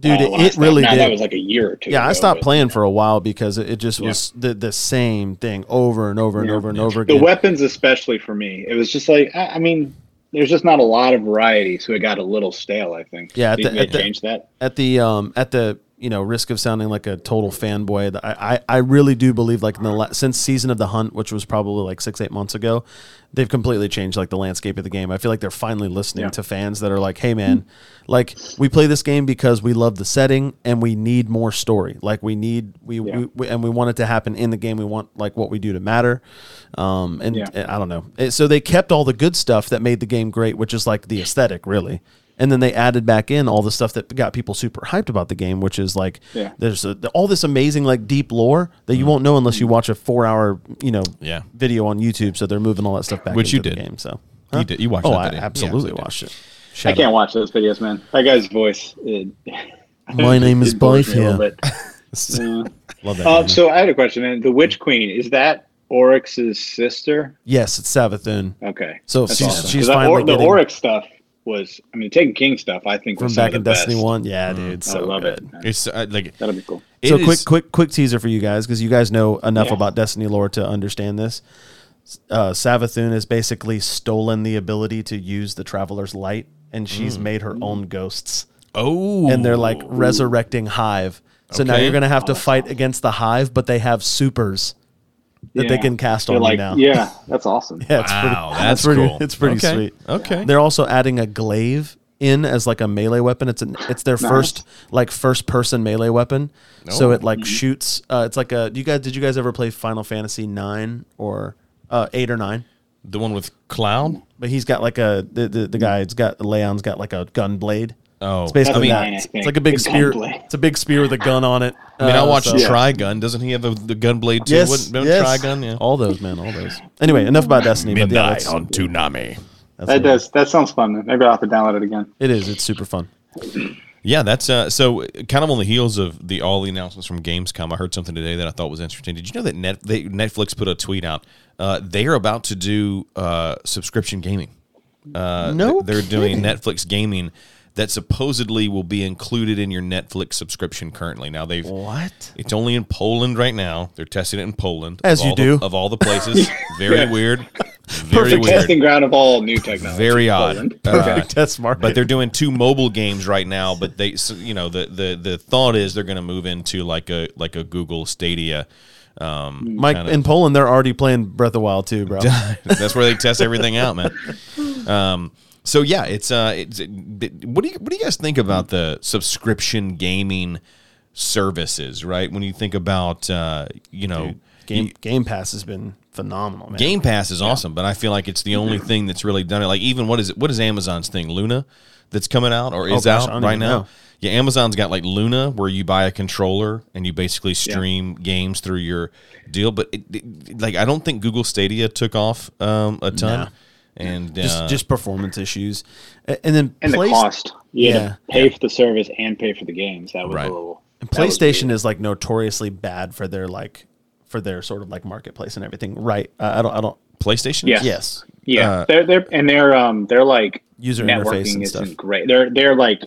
Speaker 2: dude.
Speaker 3: uh,
Speaker 2: it,
Speaker 3: last
Speaker 2: it really
Speaker 3: time. Now,
Speaker 2: did.
Speaker 3: That was like a year or two.
Speaker 2: yeah, I
Speaker 3: ago,
Speaker 2: stopped
Speaker 3: but-
Speaker 2: playing for a while because it, it just was the, the same thing over and over and
Speaker 3: Yeah.
Speaker 2: over and over
Speaker 3: The
Speaker 2: again.
Speaker 3: weapons, especially for me, it was just like I, I mean, there's just not a lot of variety, so it got a little stale. I think.
Speaker 2: Yeah, at
Speaker 3: Do you
Speaker 2: the-
Speaker 3: think
Speaker 2: at
Speaker 3: they
Speaker 2: the-
Speaker 3: changed that.
Speaker 2: at the um at the you know risk of sounding like a total fanboy that I, I i really do believe like in the la- since season of the hunt which was probably like six eight months ago they've completely changed like the landscape of the game i feel like they're finally listening
Speaker 3: Yeah.
Speaker 2: to fans that are like hey man like we play this game because we love the setting and we need more story like we need we, we, we- and we want it to happen in the game we want like what we do to matter um and,
Speaker 3: Yeah.
Speaker 2: and i don't know And so they kept all the good stuff that made the game great which is like the aesthetic really and then they added back in all the stuff that got people super hyped about the game, which is like
Speaker 3: Yeah. Mm-hmm.
Speaker 2: there's a, all this amazing like deep lore that you won't know unless you watch a four hour you know
Speaker 1: Yeah.
Speaker 2: video on YouTube. So they're moving all that stuff back,
Speaker 1: Which you
Speaker 2: into the
Speaker 1: did.
Speaker 2: game. So
Speaker 1: You did- you watched
Speaker 2: Oh,
Speaker 1: that
Speaker 2: I
Speaker 1: video. Yeah,
Speaker 2: absolutely
Speaker 1: you did.
Speaker 2: watched it.
Speaker 3: I
Speaker 2: Shout
Speaker 3: can't watch those videos, man. That guy's voice. It,
Speaker 2: My name is
Speaker 3: it bores
Speaker 2: Bife
Speaker 3: me a
Speaker 2: here.
Speaker 3: little bit. Yeah.
Speaker 2: out. Love that.
Speaker 3: Uh,
Speaker 2: game.
Speaker 3: so I had a question, man. The Witch Queen is that Oryx's sister?
Speaker 2: yes, it's Sabbathun.
Speaker 3: Okay,
Speaker 2: So she's
Speaker 3: awesome.
Speaker 2: she's
Speaker 3: 'Cause the,
Speaker 2: finally
Speaker 3: or, the
Speaker 2: getting
Speaker 3: Oryx stuff was. I mean, Taken King stuff. I think
Speaker 2: from
Speaker 3: was some
Speaker 2: back
Speaker 3: of
Speaker 2: in
Speaker 3: the
Speaker 2: Destiny
Speaker 3: best.
Speaker 2: One. Yeah,
Speaker 1: Mm-hmm.
Speaker 2: dude, it's
Speaker 3: I
Speaker 2: so
Speaker 3: love
Speaker 2: good.
Speaker 3: it. man.
Speaker 1: It's uh, like
Speaker 3: That'll be cool.
Speaker 2: so
Speaker 1: it is-
Speaker 2: quick, quick, quick teaser for you guys because you guys know enough
Speaker 3: Yeah.
Speaker 2: about Destiny lore to understand this. S- Uh, Savathun has basically stolen the ability to use the Traveler's Light, and
Speaker 3: Mm.
Speaker 2: she's made her own ghosts,
Speaker 1: Oh,
Speaker 2: and they're like resurrecting Hive. So now
Speaker 1: Okay.
Speaker 2: you're gonna have to fight against the Hive, but they have supers that they
Speaker 3: Yeah.
Speaker 2: can cast
Speaker 3: They're
Speaker 2: on
Speaker 3: like,
Speaker 2: you now.
Speaker 3: yeah, that's awesome.
Speaker 2: Yeah, it's
Speaker 1: Oh, Wow,
Speaker 2: pretty,
Speaker 1: that's
Speaker 2: it's pretty,
Speaker 1: cool.
Speaker 2: It's pretty
Speaker 1: Okay,
Speaker 2: sweet.
Speaker 1: okay.
Speaker 2: They're also adding a glaive in as like a melee weapon. It's an it's their first like first person melee weapon. So it
Speaker 3: Mm-hmm.
Speaker 2: like shoots. Uh, it's like a. Do you guys did you guys ever play Final Fantasy nine or uh, eight or nine?
Speaker 1: the one with Cloud.
Speaker 2: But he's got like a the the, the guy's got Leon's got like a gun blade.
Speaker 1: Oh,
Speaker 2: It's basically
Speaker 3: That's nine, I
Speaker 2: that. It's,
Speaker 3: think.
Speaker 2: like a big
Speaker 3: The gun
Speaker 2: spear.
Speaker 3: blade.
Speaker 2: It's a big spear with a gun on it.
Speaker 1: I mean, I
Speaker 2: Uh,
Speaker 1: watched
Speaker 2: so-
Speaker 1: Trigun. Doesn't he have a, the gun blade too?
Speaker 2: Yes,
Speaker 1: Wouldn't-
Speaker 2: yes.
Speaker 1: Trigun. Yeah.
Speaker 2: All those man, all those. Anyway, enough about Destiny. but yeah, that's,
Speaker 1: Toonami.
Speaker 2: that's
Speaker 3: That
Speaker 2: what it is.
Speaker 3: does. That sounds fun. Man. Maybe I'll have to download it again.
Speaker 2: It is. It's super fun.
Speaker 1: Yeah, that's uh, so kind of on the heels of the all the announcements from Gamescom. I heard something today that I thought was interesting. Did you know that Net, they, Netflix put a tweet out? Uh, they are about to do uh, subscription gaming. Uh,
Speaker 2: No
Speaker 1: they're doing Netflix gaming that supposedly will be included in your Netflix subscription currently. Now they've
Speaker 2: What?
Speaker 1: It's only in Poland right now. They're testing it in Poland,
Speaker 2: As
Speaker 1: of
Speaker 2: you
Speaker 1: all the-
Speaker 2: do.
Speaker 1: of all the places. Very
Speaker 3: Yeah.
Speaker 1: weird. Very
Speaker 2: Perfect
Speaker 1: weird.
Speaker 3: Testing ground of all new technology.
Speaker 1: Very
Speaker 3: Poland.
Speaker 1: odd. Uh,
Speaker 2: Perfect test market.
Speaker 1: but they're doing two mobile games right now. But they, so, you know, the the the thought is they're going to move into like a like a Google Stadia. Um,
Speaker 2: Mike
Speaker 1: kinda-
Speaker 2: in Poland, they're already playing Breath of Wild too, bro.
Speaker 1: that's where they test everything out, man. Um, so yeah, it's uh, it's it, what do you what do you guys think about the subscription gaming services? Right when you think about uh, you know.
Speaker 2: Game Game Pass has been phenomenal, man.
Speaker 1: Game Pass is awesome, but I feel like it's
Speaker 2: Mm-hmm.
Speaker 1: the only thing that's really done it. Like even what is it? What is Amazon's thing? Luna, that's coming out or is
Speaker 2: Oh, gosh, I
Speaker 1: out
Speaker 2: don't
Speaker 1: right
Speaker 2: even
Speaker 1: now.
Speaker 2: know.
Speaker 1: Yeah, Amazon's got like Luna, where you buy a controller and you basically stream games through your deal. But it, it- like, I don't think Google Stadia took off um, a ton, and
Speaker 2: just
Speaker 1: uh,
Speaker 2: just performance issues, A- and then
Speaker 3: And
Speaker 2: Play-
Speaker 3: the cost. You had to
Speaker 2: Yeah.
Speaker 3: pay for the service and pay for the games. That was
Speaker 1: Right.
Speaker 3: a little.
Speaker 2: and
Speaker 3: that was
Speaker 2: PlayStation
Speaker 3: weird.
Speaker 2: is like notoriously bad for their like for their sort of like marketplace and everything. Right? I I don't. I don't.
Speaker 1: PlayStation.
Speaker 3: Yeah.
Speaker 2: Yes.
Speaker 3: Yeah,
Speaker 1: uh,
Speaker 3: they're they're and they're um they're like
Speaker 2: User
Speaker 3: networking
Speaker 2: interface and
Speaker 3: isn't
Speaker 2: stuff.
Speaker 3: great. They're they're like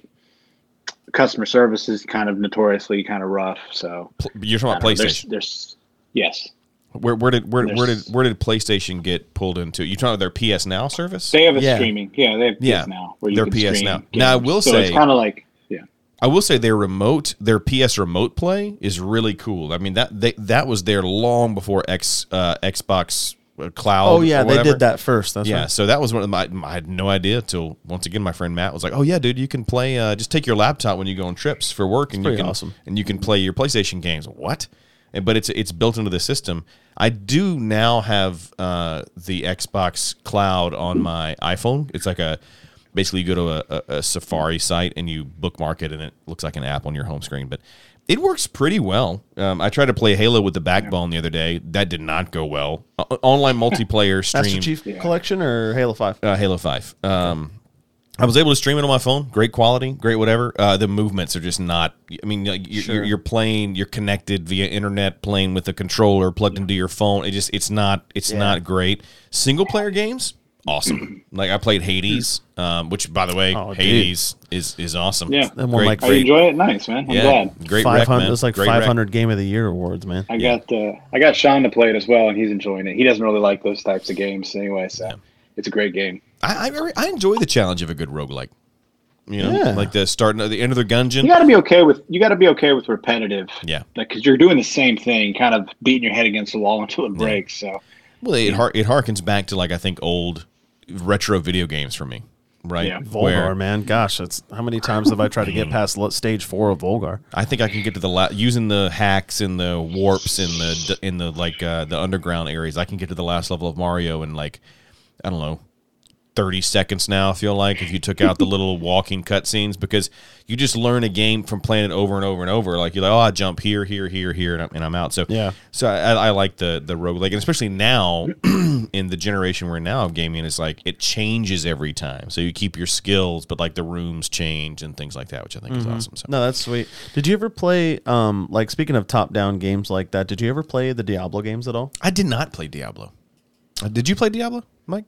Speaker 3: customer service is kind of notoriously kind of rough. So
Speaker 1: Pl- you're talking
Speaker 3: I
Speaker 1: about
Speaker 3: don't know,
Speaker 1: PlayStation.
Speaker 3: there's, there's yes,
Speaker 1: where, where did where, where did
Speaker 3: there's-
Speaker 1: where did PlayStation get pulled into? You talking about their PS Now service?
Speaker 3: they have a
Speaker 2: Yeah.
Speaker 3: streaming. Yeah, they have PS
Speaker 1: Yeah.
Speaker 3: now where you
Speaker 1: They're
Speaker 3: can
Speaker 1: PS
Speaker 3: stream
Speaker 1: Now. Now, I
Speaker 3: games.
Speaker 1: will
Speaker 3: so
Speaker 1: say-
Speaker 3: it's kind of like yeah.
Speaker 1: I will say their remote, their PS Remote Play is really cool. I mean that they, that was there long before X uh, Xbox uh, Cloud.
Speaker 2: Oh yeah,
Speaker 1: or
Speaker 2: they
Speaker 1: whatever.
Speaker 2: did that first. That's
Speaker 1: Yeah,
Speaker 2: right.
Speaker 1: so that was one of my I had no idea till once again my friend Matt was like, "Oh yeah, dude, you can play. Uh, just take your laptop when you go on trips for work, and you
Speaker 2: pretty
Speaker 1: can
Speaker 2: awesome.
Speaker 1: and you can play your PlayStation games." What? And, but it's it's built into the system. I do now have uh, the Xbox Cloud on my iPhone. It's like a basically you go to a, a, a Safari site and you bookmark it, and it looks like an app on your home screen. But it works pretty well. Um, I tried to play Halo with the backbone the other day. That did not go well. O- online multiplayer
Speaker 2: Master
Speaker 1: stream
Speaker 2: Chief Collection or Halo Five?
Speaker 1: uh, Halo Five. Um, I was able to stream it on my phone. Great quality, great whatever. Uh, the movements are just not. I mean, like, you're, you're, you're playing, you're connected via internet, playing with a controller plugged into your phone. It just, it's not, it's not great. Single player games, awesome. like I played Hades, um, which by the way,
Speaker 2: Oh, dude.
Speaker 1: Hades is is awesome.
Speaker 3: Yeah.
Speaker 2: That one, like,
Speaker 3: I enjoy it. Nice man. I'm glad.
Speaker 1: great.
Speaker 2: Five
Speaker 1: Five
Speaker 2: hundred. It's like
Speaker 1: great
Speaker 2: five
Speaker 1: rec.
Speaker 2: hundred Game of the Year awards, man.
Speaker 3: I got uh, I got Sean to play it as well, and he's enjoying it. He doesn't really like those types of games anyway, so it's a great game.
Speaker 1: I, I I enjoy the challenge of a good roguelike. You know,
Speaker 2: Yeah.
Speaker 1: like the starting at the end of the gungeon.
Speaker 3: You got to be okay with you got to be okay with repetitive,
Speaker 1: Yeah.
Speaker 3: because you're doing the same thing, kind of beating your head against the wall until it breaks. So
Speaker 1: Well, it har- it harkens back to like I think old retro video games for me, right?
Speaker 3: Yeah.
Speaker 2: Volgar, man. Gosh, that's how many times have I tried to get past lo- stage four of Volgar?
Speaker 1: I think I can get to the la- using the hacks and the warps and the in the like uh, the underground areas. I can get to the last level of Mario in like I don't know. 30 seconds now, I feel like, if you took out the little walking cutscenes, because you just learn a game from playing it over and over and over. Like, you're like, oh, I jump here, here, here, here, and I'm, and I'm out. So,
Speaker 2: Yeah.
Speaker 1: So, I, I like the, the roguelike, and especially now in the generation we're now of gaming, it's like it changes every time. So, you keep your skills, but like the rooms change and things like that, which I think is awesome. So,
Speaker 2: No, that's sweet. Did you ever play um like speaking of top down games like that? Did you ever play the Diablo games at all?
Speaker 1: I did not play Diablo. Uh, Did you play Diablo, Mike?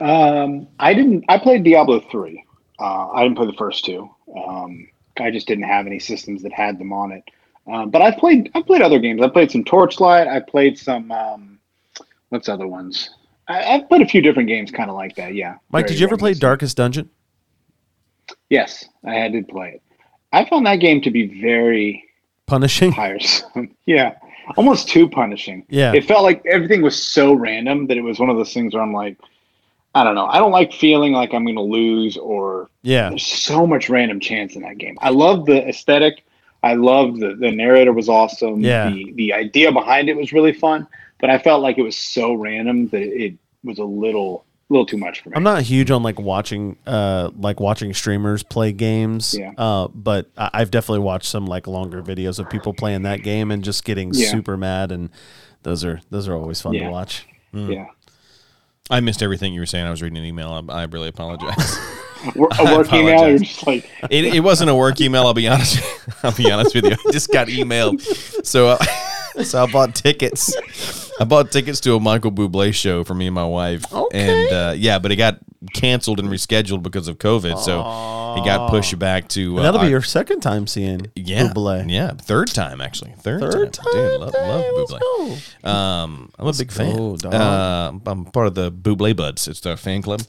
Speaker 3: um, I didn't. I played Diablo three. Uh, I didn't play the first two. Um, I just didn't have any systems that had them on it. Um, but I played. I played other games. I played some Torchlight. I played some. Um, what's other ones? I, I've played a few different games, kind of like that. Yeah.
Speaker 2: Mike,
Speaker 3: Very
Speaker 2: did you ever play
Speaker 3: reminiscent.
Speaker 2: Darkest Dungeon?
Speaker 3: Yes, I did play it. I found that game to be very
Speaker 2: Punishing.
Speaker 3: tiresome. yeah, almost too punishing.
Speaker 2: Yeah.
Speaker 3: it felt like everything was so random that it was one of those things where I'm like, I don't know. I don't like feeling like I'm going to lose or
Speaker 2: Yeah.
Speaker 3: there's so much random chance in that game. I love the aesthetic. I loved the the narrator was awesome.
Speaker 2: Yeah.
Speaker 3: The the idea behind it was really fun, but I felt like it was so random that it was a little little too much for me.
Speaker 2: I'm not huge on like watching uh like watching streamers play games.
Speaker 3: Yeah.
Speaker 2: Uh but I- I've definitely watched some like longer videos of people playing that game and just getting
Speaker 3: Yeah.
Speaker 2: super mad and those are those are always fun
Speaker 3: Yeah.
Speaker 2: to watch.
Speaker 1: Hmm.
Speaker 3: yeah.
Speaker 1: I missed everything you were saying. I was reading an email. I, I really apologize.
Speaker 3: wor- a work email. You're
Speaker 1: apologize.
Speaker 3: just like,
Speaker 1: It, it wasn't a work email. I'll be honest. I'll be honest with you. I just got emailed, so uh, so I bought tickets. I bought tickets to a Michael Bublé show for me and my wife. And uh, yeah, but it got canceled and rescheduled because of COVID. So it got pushed back to. Uh,
Speaker 2: That'll be
Speaker 1: Oc-
Speaker 2: your second time seeing
Speaker 1: yeah,
Speaker 2: Bublé.
Speaker 1: Yeah, third time actually. Third,
Speaker 2: Third
Speaker 1: time. Dude,
Speaker 2: time,
Speaker 1: love,
Speaker 2: dang,
Speaker 1: love
Speaker 2: let's
Speaker 1: Bublé. Um, I'm a big
Speaker 2: go,
Speaker 1: fan.
Speaker 2: dog.
Speaker 1: Uh, I'm part of the Bublé Buds. It's our fan club.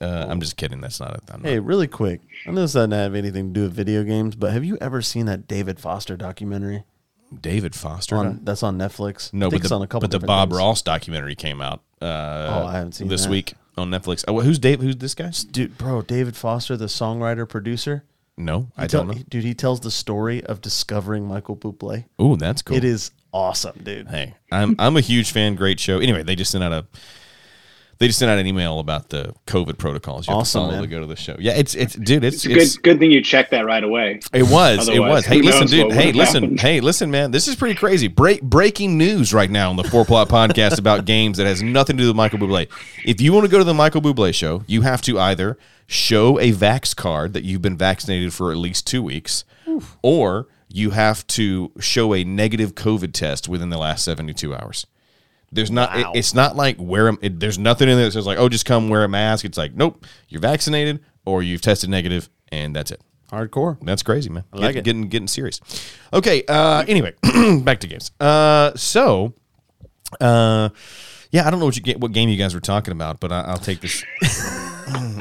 Speaker 1: Uh, I'm just kidding. That's not it. I'm not
Speaker 2: Hey, really quick. I know this doesn't have anything to do with video games, but have you ever seen that David Foster documentary
Speaker 1: David Foster.
Speaker 2: on that's on Netflix?
Speaker 1: No,
Speaker 2: I think
Speaker 1: but
Speaker 2: it's
Speaker 1: the,
Speaker 2: on a couple
Speaker 1: but the
Speaker 2: different
Speaker 1: Bob
Speaker 2: things.
Speaker 1: Ross documentary came out. Uh,
Speaker 2: Oh, I haven't seen
Speaker 1: this
Speaker 2: that.
Speaker 1: week on Netflix. Oh, who's Dave? Who's this guy?
Speaker 2: dude, bro, David Foster, the songwriter producer.
Speaker 1: No, I
Speaker 2: He
Speaker 1: don't
Speaker 2: tell-
Speaker 1: know.
Speaker 2: dude. He tells the story of discovering Michael Bublé.
Speaker 1: Oh, that's cool.
Speaker 2: It is awesome, dude.
Speaker 1: Hey, I'm I'm a huge fan. Great show. Anyway, they just sent out a they just sent out an email about the COVID protocols. You have
Speaker 2: Awesome,
Speaker 1: to follow
Speaker 2: man.
Speaker 1: to go to the show. Yeah, it's it's dude, it's,
Speaker 3: it's
Speaker 1: it's,
Speaker 3: good, good thing you checked that right away.
Speaker 1: It was. it
Speaker 3: Otherwise,
Speaker 1: was. Hey,
Speaker 3: who
Speaker 1: listen,
Speaker 3: knows
Speaker 1: dude.
Speaker 3: what
Speaker 1: Hey,
Speaker 3: would've
Speaker 1: listen.
Speaker 3: happened.
Speaker 1: Hey, listen, man. This is pretty crazy. Break breaking news right now on the Four Plot Podcast about games that has nothing to do with Michael Bublé. If you want to go to the Michael Bublé show, you have to either show a vax card that you've been vaccinated for at least two weeks, or you have to show a negative COVID test within the last seventy-two hours. There's not. it- it's not like wear. a- It, there's nothing in there that says like, oh, just come wear a mask. It's like, nope, you're vaccinated or you've tested negative, and that's it.
Speaker 2: Hardcore.
Speaker 1: That's crazy, man.
Speaker 2: like
Speaker 1: Get-
Speaker 2: it.
Speaker 1: Getting getting serious. Okay. Uh, anyway, back to games. Uh, so, uh, yeah, I don't know what you get, what game you guys were talking about, but I, I'll take this.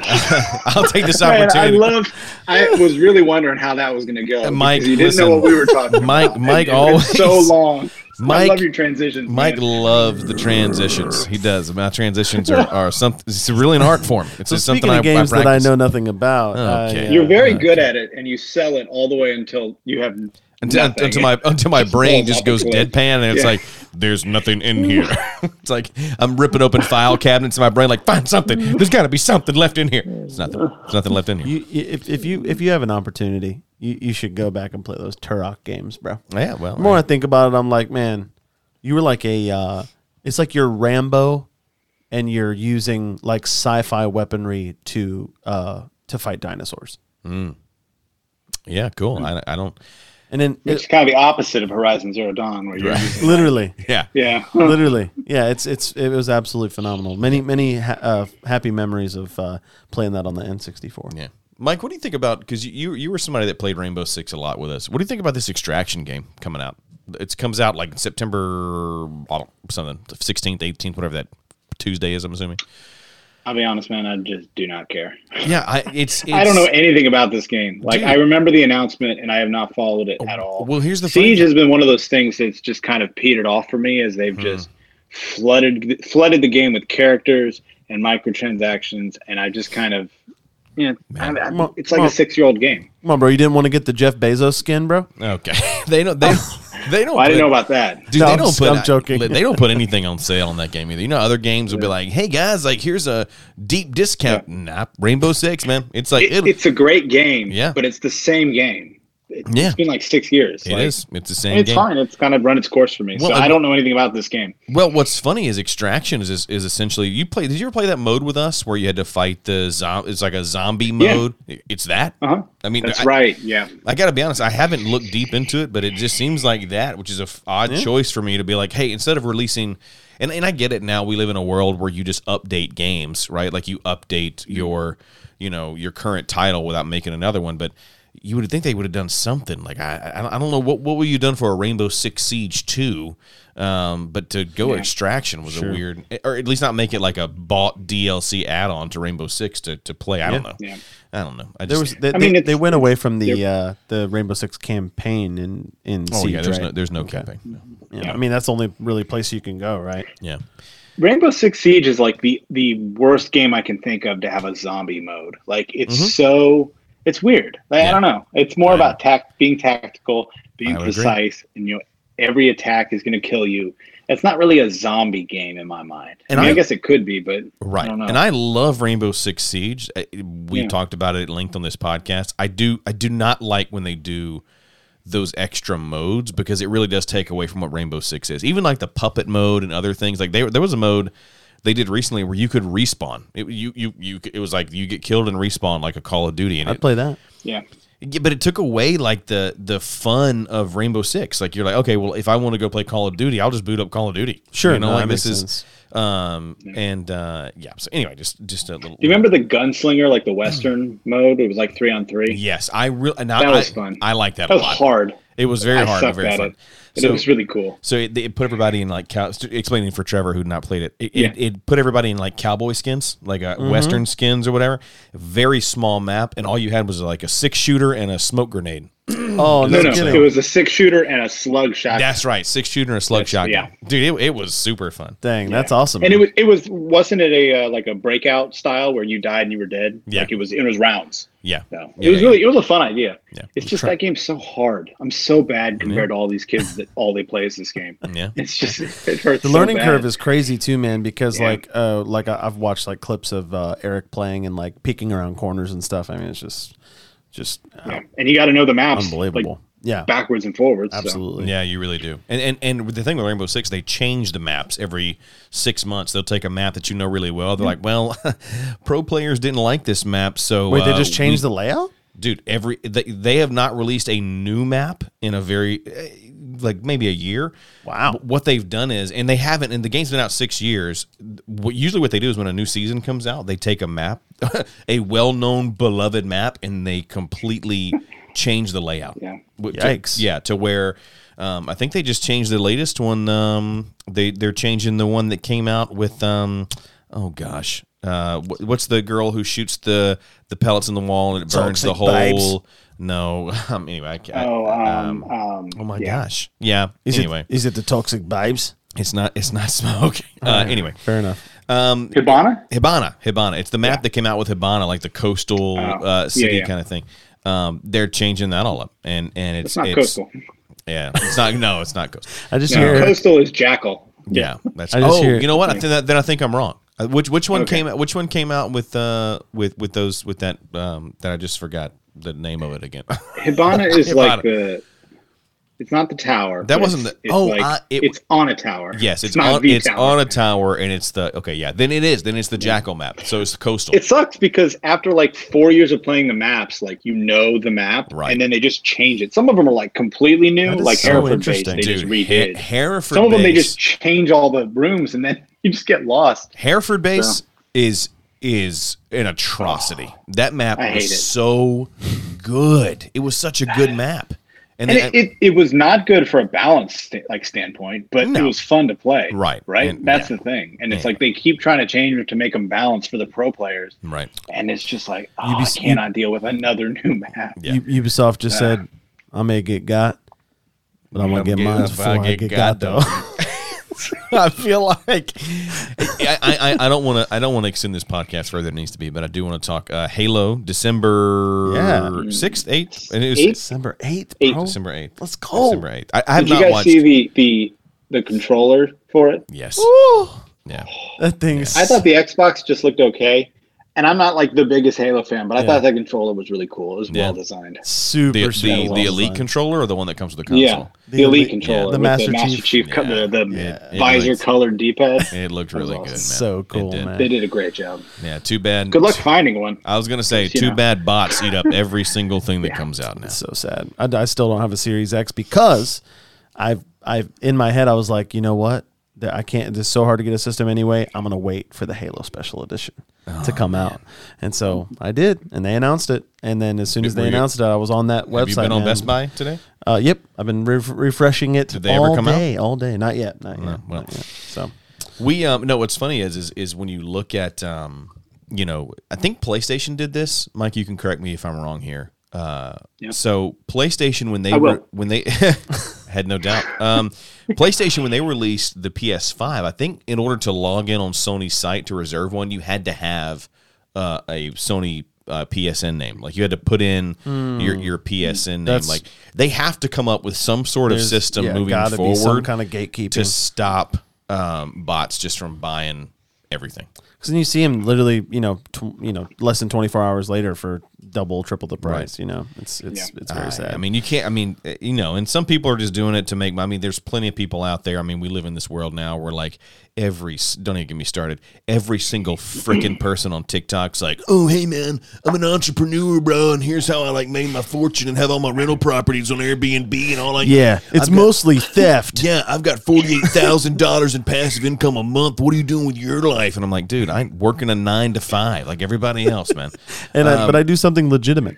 Speaker 1: I'll take this
Speaker 3: Man, I
Speaker 1: opportunity.
Speaker 3: love. I was really wondering how that was going to go.
Speaker 1: Mike,
Speaker 3: because you didn't know
Speaker 1: listen.
Speaker 3: what we were talking.
Speaker 1: Mike-
Speaker 3: about.
Speaker 1: Mike
Speaker 3: It's
Speaker 1: always-
Speaker 3: so long.
Speaker 1: Mike-
Speaker 3: I love your transitions.
Speaker 1: Mike
Speaker 3: man.
Speaker 1: loves the transitions. He does. My transitions are, are something. It's really an art form. It's
Speaker 2: So
Speaker 1: just something
Speaker 2: speaking of
Speaker 1: I,
Speaker 2: games
Speaker 1: I
Speaker 2: that I
Speaker 1: practice.
Speaker 2: know nothing about,
Speaker 1: Okay.
Speaker 2: I, uh,
Speaker 3: You're very good at it, and you sell it all the way until you have
Speaker 1: until,
Speaker 3: nothing.
Speaker 1: until my until my
Speaker 3: Just
Speaker 1: brain
Speaker 3: falls
Speaker 1: just
Speaker 3: off the
Speaker 1: goes
Speaker 3: cliff.
Speaker 1: deadpan and it's
Speaker 3: Yeah.
Speaker 1: like there's nothing in here. it's like I'm ripping open file cabinets in my brain like find something. There's got to be something left in here. It's nothing. There's nothing left in here.
Speaker 2: you, you- if, if you if you have an opportunity, you, you should go back and play those Turok games, bro.
Speaker 1: yeah, well,
Speaker 2: The more I think about it, I'm like, man, you were like a. Uh, it's like you're Rambo, and you're using like sci-fi weaponry to uh, to fight dinosaurs.
Speaker 1: yeah, cool. I, I don't.
Speaker 2: And then,
Speaker 3: It's kind of the opposite of Horizon Zero Dawn, where you're
Speaker 2: it- literally,
Speaker 1: Yeah,
Speaker 3: yeah.
Speaker 2: literally, yeah, it's it's it was absolutely phenomenal. Many many ha- uh, happy memories of uh, playing that on the N64.
Speaker 1: yeah. Mike, what do you think about? Because you, you you were somebody that played Rainbow Six a lot with us. What do you think about this extraction game coming out? It comes out like September I don't, something, sixteenth, eighteenth, whatever that Tuesday is. I'm assuming.
Speaker 3: I'll be honest, man. I just do not care.
Speaker 1: Yeah, I, it's, it's.
Speaker 3: I don't know anything about this game. Like
Speaker 1: Dude.
Speaker 3: I remember the announcement, and I have not followed it at all.
Speaker 1: Well, here's the thing. Hmm.
Speaker 3: Siege has been one of those things that's just kind of petered off for me as they've just flooded flooded the game with characters and microtransactions, and I just kind of, you know, I- I-
Speaker 2: Well,
Speaker 3: it's like
Speaker 2: well-
Speaker 3: a six year old game.
Speaker 2: Come on, bro, you didn't want to get the Jeff Bezos skin, bro.
Speaker 1: Okay, they don't. They, they don't.
Speaker 3: Well, I didn't
Speaker 1: put-
Speaker 3: know about that.
Speaker 1: Dude,
Speaker 2: No,
Speaker 1: they
Speaker 2: I'm
Speaker 1: don't
Speaker 2: just-
Speaker 1: put.
Speaker 2: I'm joking.
Speaker 1: They don't put anything on sale on that game either. You know, other games would be like, "Hey guys, like here's a deep discount." Nah, Rainbow Six, man. It's like
Speaker 3: It-
Speaker 1: it,
Speaker 3: it's a great game,
Speaker 1: Yeah.
Speaker 3: but it's the same game. It,
Speaker 1: Yeah.
Speaker 3: has been like six years.
Speaker 1: it
Speaker 3: like,
Speaker 1: is. It's the same
Speaker 3: and It's
Speaker 1: game.
Speaker 3: fine. It's kind of run its course for me.
Speaker 1: Well, uh,
Speaker 3: so I
Speaker 1: and-
Speaker 3: don't know anything about this game.
Speaker 1: Well, what's funny is Extraction is is essentially you play. Did you ever play that mode with us where you had to fight the zombie? It's like a zombie
Speaker 3: Yeah.
Speaker 1: mode. It's that.
Speaker 3: Uh-huh.
Speaker 1: I mean,
Speaker 3: That's
Speaker 1: I-
Speaker 3: right. Yeah.
Speaker 1: I got to be honest, I haven't looked deep into it, but it just seems like that, which is a f- odd choice for me to be like, hey, instead of releasing, and, and I get it now, we live in a world where you just update games, right? Like you update
Speaker 2: Mm-hmm.
Speaker 1: your, you know, your current title without making another one, but you would think they would have done something. Like I, I don't- I don't know what what would you done for a Rainbow Six Siege two, um, but to go extraction was a weird, or at least not make it like a bought DLC add on to Rainbow Six to, to play. I don't know.
Speaker 3: Yeah.
Speaker 1: I don't know. I just,
Speaker 2: There was they,
Speaker 3: I mean,
Speaker 2: they,
Speaker 3: it's-
Speaker 2: they went away from the uh, the Rainbow Six campaign in in
Speaker 1: oh
Speaker 2: Siege,
Speaker 1: yeah, there's
Speaker 2: right?
Speaker 1: no there's no campaign. No.
Speaker 2: Yeah, I mean that's the only really place you can go, right?
Speaker 1: Yeah.
Speaker 3: Rainbow Six Siege is like the the worst game I can think of to have a zombie mode. Like it's so it's weird. Like,
Speaker 1: Mm-hmm. Yeah.
Speaker 3: I don't know. It's more about tact being tactical, being
Speaker 1: I would agree.
Speaker 3: precise, and you know every attack is going to kill you. It's not really a zombie game in my mind.
Speaker 1: And
Speaker 3: I, mean,
Speaker 1: I-
Speaker 3: I guess it could be, but
Speaker 1: Right.
Speaker 3: I don't know.
Speaker 1: And I love Rainbow Six Siege. I- We
Speaker 3: Yeah.
Speaker 1: talked about it at length on this podcast. I do I do not like when they do those extra modes because it really does take away from what Rainbow Six is. Even like the puppet mode and other things. Like they, there was a mode they did recently where you could respawn. It, you you you it was like you get killed and respawn like a Call of Duty, and
Speaker 2: I'd
Speaker 1: it,
Speaker 2: play that.
Speaker 3: Yeah.
Speaker 1: yeah, but it took away like the the fun of Rainbow Six. Like you're like, okay, well, if I want to go play Call of Duty, I'll just boot up Call of Duty.
Speaker 2: Sure,
Speaker 1: you know,
Speaker 2: no,
Speaker 1: like
Speaker 2: that
Speaker 1: this
Speaker 2: makes
Speaker 1: is,
Speaker 2: sense.
Speaker 1: um, and uh, yeah. So anyway, just just a little.
Speaker 3: Do you remember the gunslinger, like the
Speaker 1: Mm.
Speaker 3: Western mode? It was like three on three.
Speaker 1: Yes, I really.
Speaker 3: That
Speaker 1: I,
Speaker 3: was fun.
Speaker 1: I like that,
Speaker 3: That
Speaker 1: a
Speaker 3: was
Speaker 1: lot.
Speaker 3: hard.
Speaker 1: It was very
Speaker 3: I
Speaker 1: hard and
Speaker 3: sucked
Speaker 1: very
Speaker 3: at
Speaker 1: fun.
Speaker 3: it. But it was really cool.
Speaker 1: So it, it put everybody in like cow, st- explaining for Trevor who had not played it. It,
Speaker 3: Yeah.
Speaker 1: it, it put everybody in like cowboy skins, like uh,
Speaker 2: Mm-hmm.
Speaker 1: western skins or whatever. Very small map, and all you had was like a six shooter and a smoke grenade.
Speaker 2: Oh no,
Speaker 3: No, no,
Speaker 2: kidding.
Speaker 3: it was a six shooter and a slug shot.
Speaker 1: That's right, six shooter and a slug shotgun.
Speaker 3: yeah.
Speaker 1: Dude, it, it was super fun.
Speaker 2: Dang, that's awesome.
Speaker 3: and it was, it was, wasn't it a uh, like a breakout style where you died and you were dead?
Speaker 1: Yeah.
Speaker 3: Like it was, it was rounds.
Speaker 1: Yeah,
Speaker 3: No,
Speaker 1: Yeah,
Speaker 3: it was
Speaker 1: yeah.
Speaker 3: really, it was a fun idea.
Speaker 1: Yeah.
Speaker 3: It's just that game's so hard. I'm so bad compared to all these kids that all they play is this game.
Speaker 1: Yeah.
Speaker 3: It's just it hurts.
Speaker 2: the
Speaker 3: so
Speaker 2: learning
Speaker 3: bad.
Speaker 2: curve is crazy too, man. Because
Speaker 3: Yeah.
Speaker 2: like, uh, like I, I've watched like clips of uh, Eric playing and like peeking around corners and stuff. I mean, it's just, just uh,
Speaker 3: Yeah. and you got to know the maps
Speaker 2: unbelievable.
Speaker 3: like,
Speaker 2: yeah,
Speaker 3: backwards and forwards. so.
Speaker 2: absolutely.
Speaker 1: Yeah, you really do. And and and the thing with Rainbow Six, they change the maps every six months. They'll take a map that you know really well. They're
Speaker 3: Hmm.
Speaker 1: like, well, pro players didn't like this map, so
Speaker 2: Wait, they
Speaker 1: uh,
Speaker 2: just
Speaker 1: we-
Speaker 2: changed the layout.
Speaker 1: dude every they, they have not released a new map in a very eh, like maybe a year
Speaker 2: Wow.
Speaker 1: But what they've done is and they haven't and the game's been out six years what, usually what they do is when a new season comes out they take a map a well-known beloved map and they completely change the layout
Speaker 3: Yeah.
Speaker 1: W-
Speaker 2: Yikes.
Speaker 1: to, yeah to where um, i think they just changed the latest one um, they they're changing the one that came out with um, oh gosh uh, wh- what's the girl who shoots the the pellets in the wall and it burns the
Speaker 2: Toxic
Speaker 1: whole?
Speaker 2: vibes.
Speaker 1: No, um, anyway, I, I,
Speaker 3: Oh, um, um,
Speaker 1: oh my gosh, yeah.
Speaker 2: Is
Speaker 1: anyway,
Speaker 2: it is it the toxic vibes?
Speaker 1: it's not it's not smoke. Uh, anyway,
Speaker 2: Fair enough.
Speaker 3: Hibana.
Speaker 1: Hibana, Hibana. It's the map that came out with Hibana, like the coastal uh, city
Speaker 3: Oh. yeah.
Speaker 1: kind of thing. Um, they're changing that all up, and and it's
Speaker 3: It's not
Speaker 1: it's,
Speaker 3: coastal.
Speaker 1: Yeah, it's not. No, it's not coastal.
Speaker 2: I just
Speaker 3: No,
Speaker 2: hear
Speaker 3: coastal is jackal.
Speaker 1: Yeah, that's.
Speaker 2: I just
Speaker 1: oh,
Speaker 2: hear it.
Speaker 1: you know what? I think that, then I think I'm wrong. Uh, Which which one
Speaker 3: Okay.
Speaker 1: came out? Which one came out with uh with with those with that um that I just forgot the name of it again.
Speaker 3: Hibana is
Speaker 1: Hibana.
Speaker 3: like the. It's not the tower.
Speaker 1: That
Speaker 3: but
Speaker 1: wasn't
Speaker 3: it's-
Speaker 1: the-
Speaker 3: It's
Speaker 1: oh,
Speaker 3: like,
Speaker 1: I- it-
Speaker 3: it's on a tower.
Speaker 1: yes, it's,
Speaker 3: not
Speaker 1: on
Speaker 3: the
Speaker 1: it's
Speaker 3: tower.
Speaker 1: on a tower and it's the okay yeah then it is then it's the jackal map so it's the coastal
Speaker 3: it sucks because after like four years of playing the maps, like you know the map,
Speaker 1: Right.
Speaker 3: and then they just change it. Some of them are like completely new,
Speaker 2: That is
Speaker 3: like
Speaker 2: so
Speaker 3: Hereford Base.
Speaker 2: interesting.
Speaker 3: They just
Speaker 1: dude
Speaker 3: redid.
Speaker 1: Ha- Hereford
Speaker 3: Some of them they
Speaker 1: Base-
Speaker 3: just change all the rooms, and then you just get lost.
Speaker 1: Hereford base is is an atrocity. That map
Speaker 3: I hate
Speaker 1: was
Speaker 3: it.
Speaker 1: so good. It was such a good map. And,
Speaker 3: And
Speaker 1: then-
Speaker 3: it, it, it was not good for a balance sta- like standpoint, but it
Speaker 1: No.
Speaker 3: was fun to play.
Speaker 1: Right.
Speaker 3: right.
Speaker 1: And-
Speaker 3: That's
Speaker 1: yeah.
Speaker 3: the thing, and it's like they keep trying to change it to make them balance for the pro players,
Speaker 1: right.
Speaker 3: and it's just like oh,
Speaker 2: be-
Speaker 3: I cannot deal with another new map.
Speaker 1: Yeah.
Speaker 2: U- Ubisoft
Speaker 3: Uh,
Speaker 2: just said, "I may get got, but I'm gonna get mine
Speaker 1: if
Speaker 2: before I get, got, though."
Speaker 1: I feel like I, I, I- I don't want to I don't want to extend this podcast further than it needs to be, but I do want to talk uh, Halo December
Speaker 2: Yeah.
Speaker 1: sixth eighth and it was
Speaker 3: Eighth?
Speaker 2: December eighth,
Speaker 3: Eight
Speaker 2: bro.
Speaker 1: December eighth
Speaker 2: Let's go.
Speaker 1: December eighth. I, I have
Speaker 3: Did you
Speaker 1: not
Speaker 3: guys
Speaker 1: watched.
Speaker 3: see the the the controller for it?
Speaker 1: yes. Yeah.
Speaker 2: That thing's.
Speaker 3: I thought the Xbox just looked okay, and I'm not like the biggest Halo fan, but I
Speaker 2: Yeah.
Speaker 3: thought that controller was really cool. It was
Speaker 1: Yeah.
Speaker 3: well designed.
Speaker 2: super
Speaker 1: The
Speaker 2: super
Speaker 1: the,
Speaker 2: well
Speaker 1: the elite
Speaker 2: designed.
Speaker 1: controller or the one that comes with the
Speaker 3: Yeah,
Speaker 1: console.
Speaker 3: the,
Speaker 2: The
Speaker 3: Elite,
Speaker 2: Elite-
Speaker 3: controller,
Speaker 1: yeah,
Speaker 2: the
Speaker 3: with
Speaker 2: Master
Speaker 3: the Master
Speaker 2: Chief.
Speaker 3: Chief, co-
Speaker 1: Yeah.
Speaker 3: the, the
Speaker 1: Yeah. It
Speaker 3: visor
Speaker 1: looks-
Speaker 3: colored D-pad.
Speaker 1: It looked
Speaker 3: That was
Speaker 1: really good,
Speaker 3: awesome.
Speaker 1: man.
Speaker 2: So
Speaker 1: It
Speaker 2: cool,
Speaker 1: did.
Speaker 2: man.
Speaker 3: they did a great job.
Speaker 1: Yeah, too bad.
Speaker 3: Good luck finding one.
Speaker 1: I was gonna say,
Speaker 3: You
Speaker 1: too
Speaker 3: know.
Speaker 1: bad bots eat up every single thing that comes out now.
Speaker 2: so sad. I, I still don't have a Series X because I've I've in my head I was like, you know what? That I can't. It's so hard to get a system anyway. I'm gonna wait for the Halo Special Edition
Speaker 1: Oh,
Speaker 2: to come out, and so I did, and they announced it. And then as soon as
Speaker 1: Were
Speaker 2: they
Speaker 1: you-
Speaker 2: announced it, I was on that website.
Speaker 1: Have you been on
Speaker 2: man.
Speaker 1: Best Buy today?
Speaker 2: Uh, yep, I've been re- refreshing it
Speaker 1: they ever
Speaker 2: all
Speaker 1: come out? Oh,
Speaker 2: day, all day. Not yet, not yet.
Speaker 1: well.
Speaker 2: not yet. so
Speaker 1: We um no. What's funny is is is when you look at um you know I think PlayStation did this. Mike, you can correct me if I'm wrong here. Uh,
Speaker 3: Yeah.
Speaker 1: so PlayStation when they
Speaker 3: will.
Speaker 1: were when they had no doubt. Um, PlayStation when they released the PS5, I think in order to log in on Sony's site to reserve one, you had to have uh, a Sony uh, PSN name. Like you had to put in your your PSN name.
Speaker 2: Hmm. That's-
Speaker 1: Like they have to come up with some sort of
Speaker 2: there's-
Speaker 1: system
Speaker 2: yeah,
Speaker 1: moving
Speaker 2: gotta
Speaker 1: forward
Speaker 2: be some kind of gatekeeping.
Speaker 1: to stop um, bots just from buying everything.
Speaker 2: Because then you see him literally, you know, tw- you know, less than 24 hours later for double, triple the price. You know, it's it's it's very sad.
Speaker 1: I mean, you can't. I mean, eh, you know, and some people are just doing it to make. I mean, there's plenty of people out there. I mean, we live in this world now where like every s- don't even get me started. Every single freaking person on TikTok's like, oh hey man, I'm an entrepreneur, bro, and here's how I like made my fortune and have all my rental properties on Airbnb and all like.
Speaker 2: yeah, it's
Speaker 1: I've got-
Speaker 2: mostly theft.
Speaker 1: Yeah, I've got forty eight thousand dollars in passive income a month. What are you doing with your life? And I'm like, dude, I'm working a nine to five like everybody else, man.
Speaker 2: and I, but
Speaker 1: Um,
Speaker 2: I do something legitimate.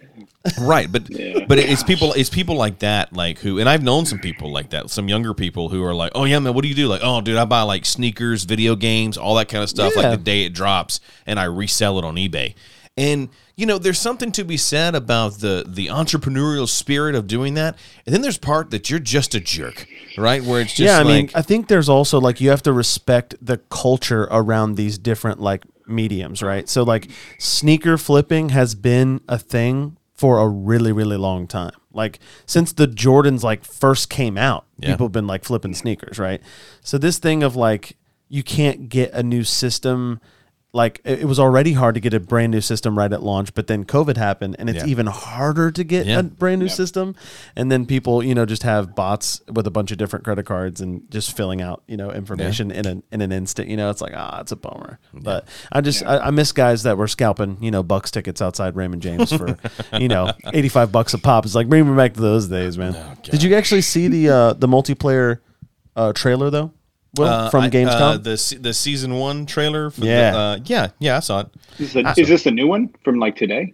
Speaker 1: right but but it's people it's people like that like who and i've known some people like that some younger people who are like oh yeah man what do you do like oh dude i buy like sneakers video games all that kind of stuff
Speaker 2: Yeah.
Speaker 1: like the day it drops and i resell it on ebay and you know there's something to be said about the the entrepreneurial spirit of doing that and then there's part that you're just a jerk right where it's just
Speaker 2: yeah, I
Speaker 1: like
Speaker 2: mean, I think there's also like you have to respect the culture around these different like mediums, right? So like sneaker flipping has been a thing for a really really long time. Like since the Jordans like first came out,
Speaker 1: Yeah.
Speaker 2: people have been like flipping sneakers, right? So this thing of like you can't get a new system like it it was already hard to get a brand new system right at launch, but then COVID happened and it's
Speaker 1: Yeah.
Speaker 2: even harder to get
Speaker 1: Yeah.
Speaker 2: a brand new system and then people you know just have bots with a bunch of different credit cards and just filling out you know information in an in an instant you know it's like ah it's a bummer but i just I, I miss guys that were scalping you know bucks tickets outside raymond james for you know 85 bucks a pop it's like bring me back to those days man
Speaker 1: Oh,
Speaker 2: did you actually see the uh the multiplayer uh trailer though well
Speaker 1: uh,
Speaker 2: from
Speaker 1: I-
Speaker 2: gamescom
Speaker 1: uh, the se- the season one trailer for
Speaker 2: Yeah.
Speaker 1: the, uh, yeah yeah i saw it
Speaker 3: Is, the, is this the new one from like today?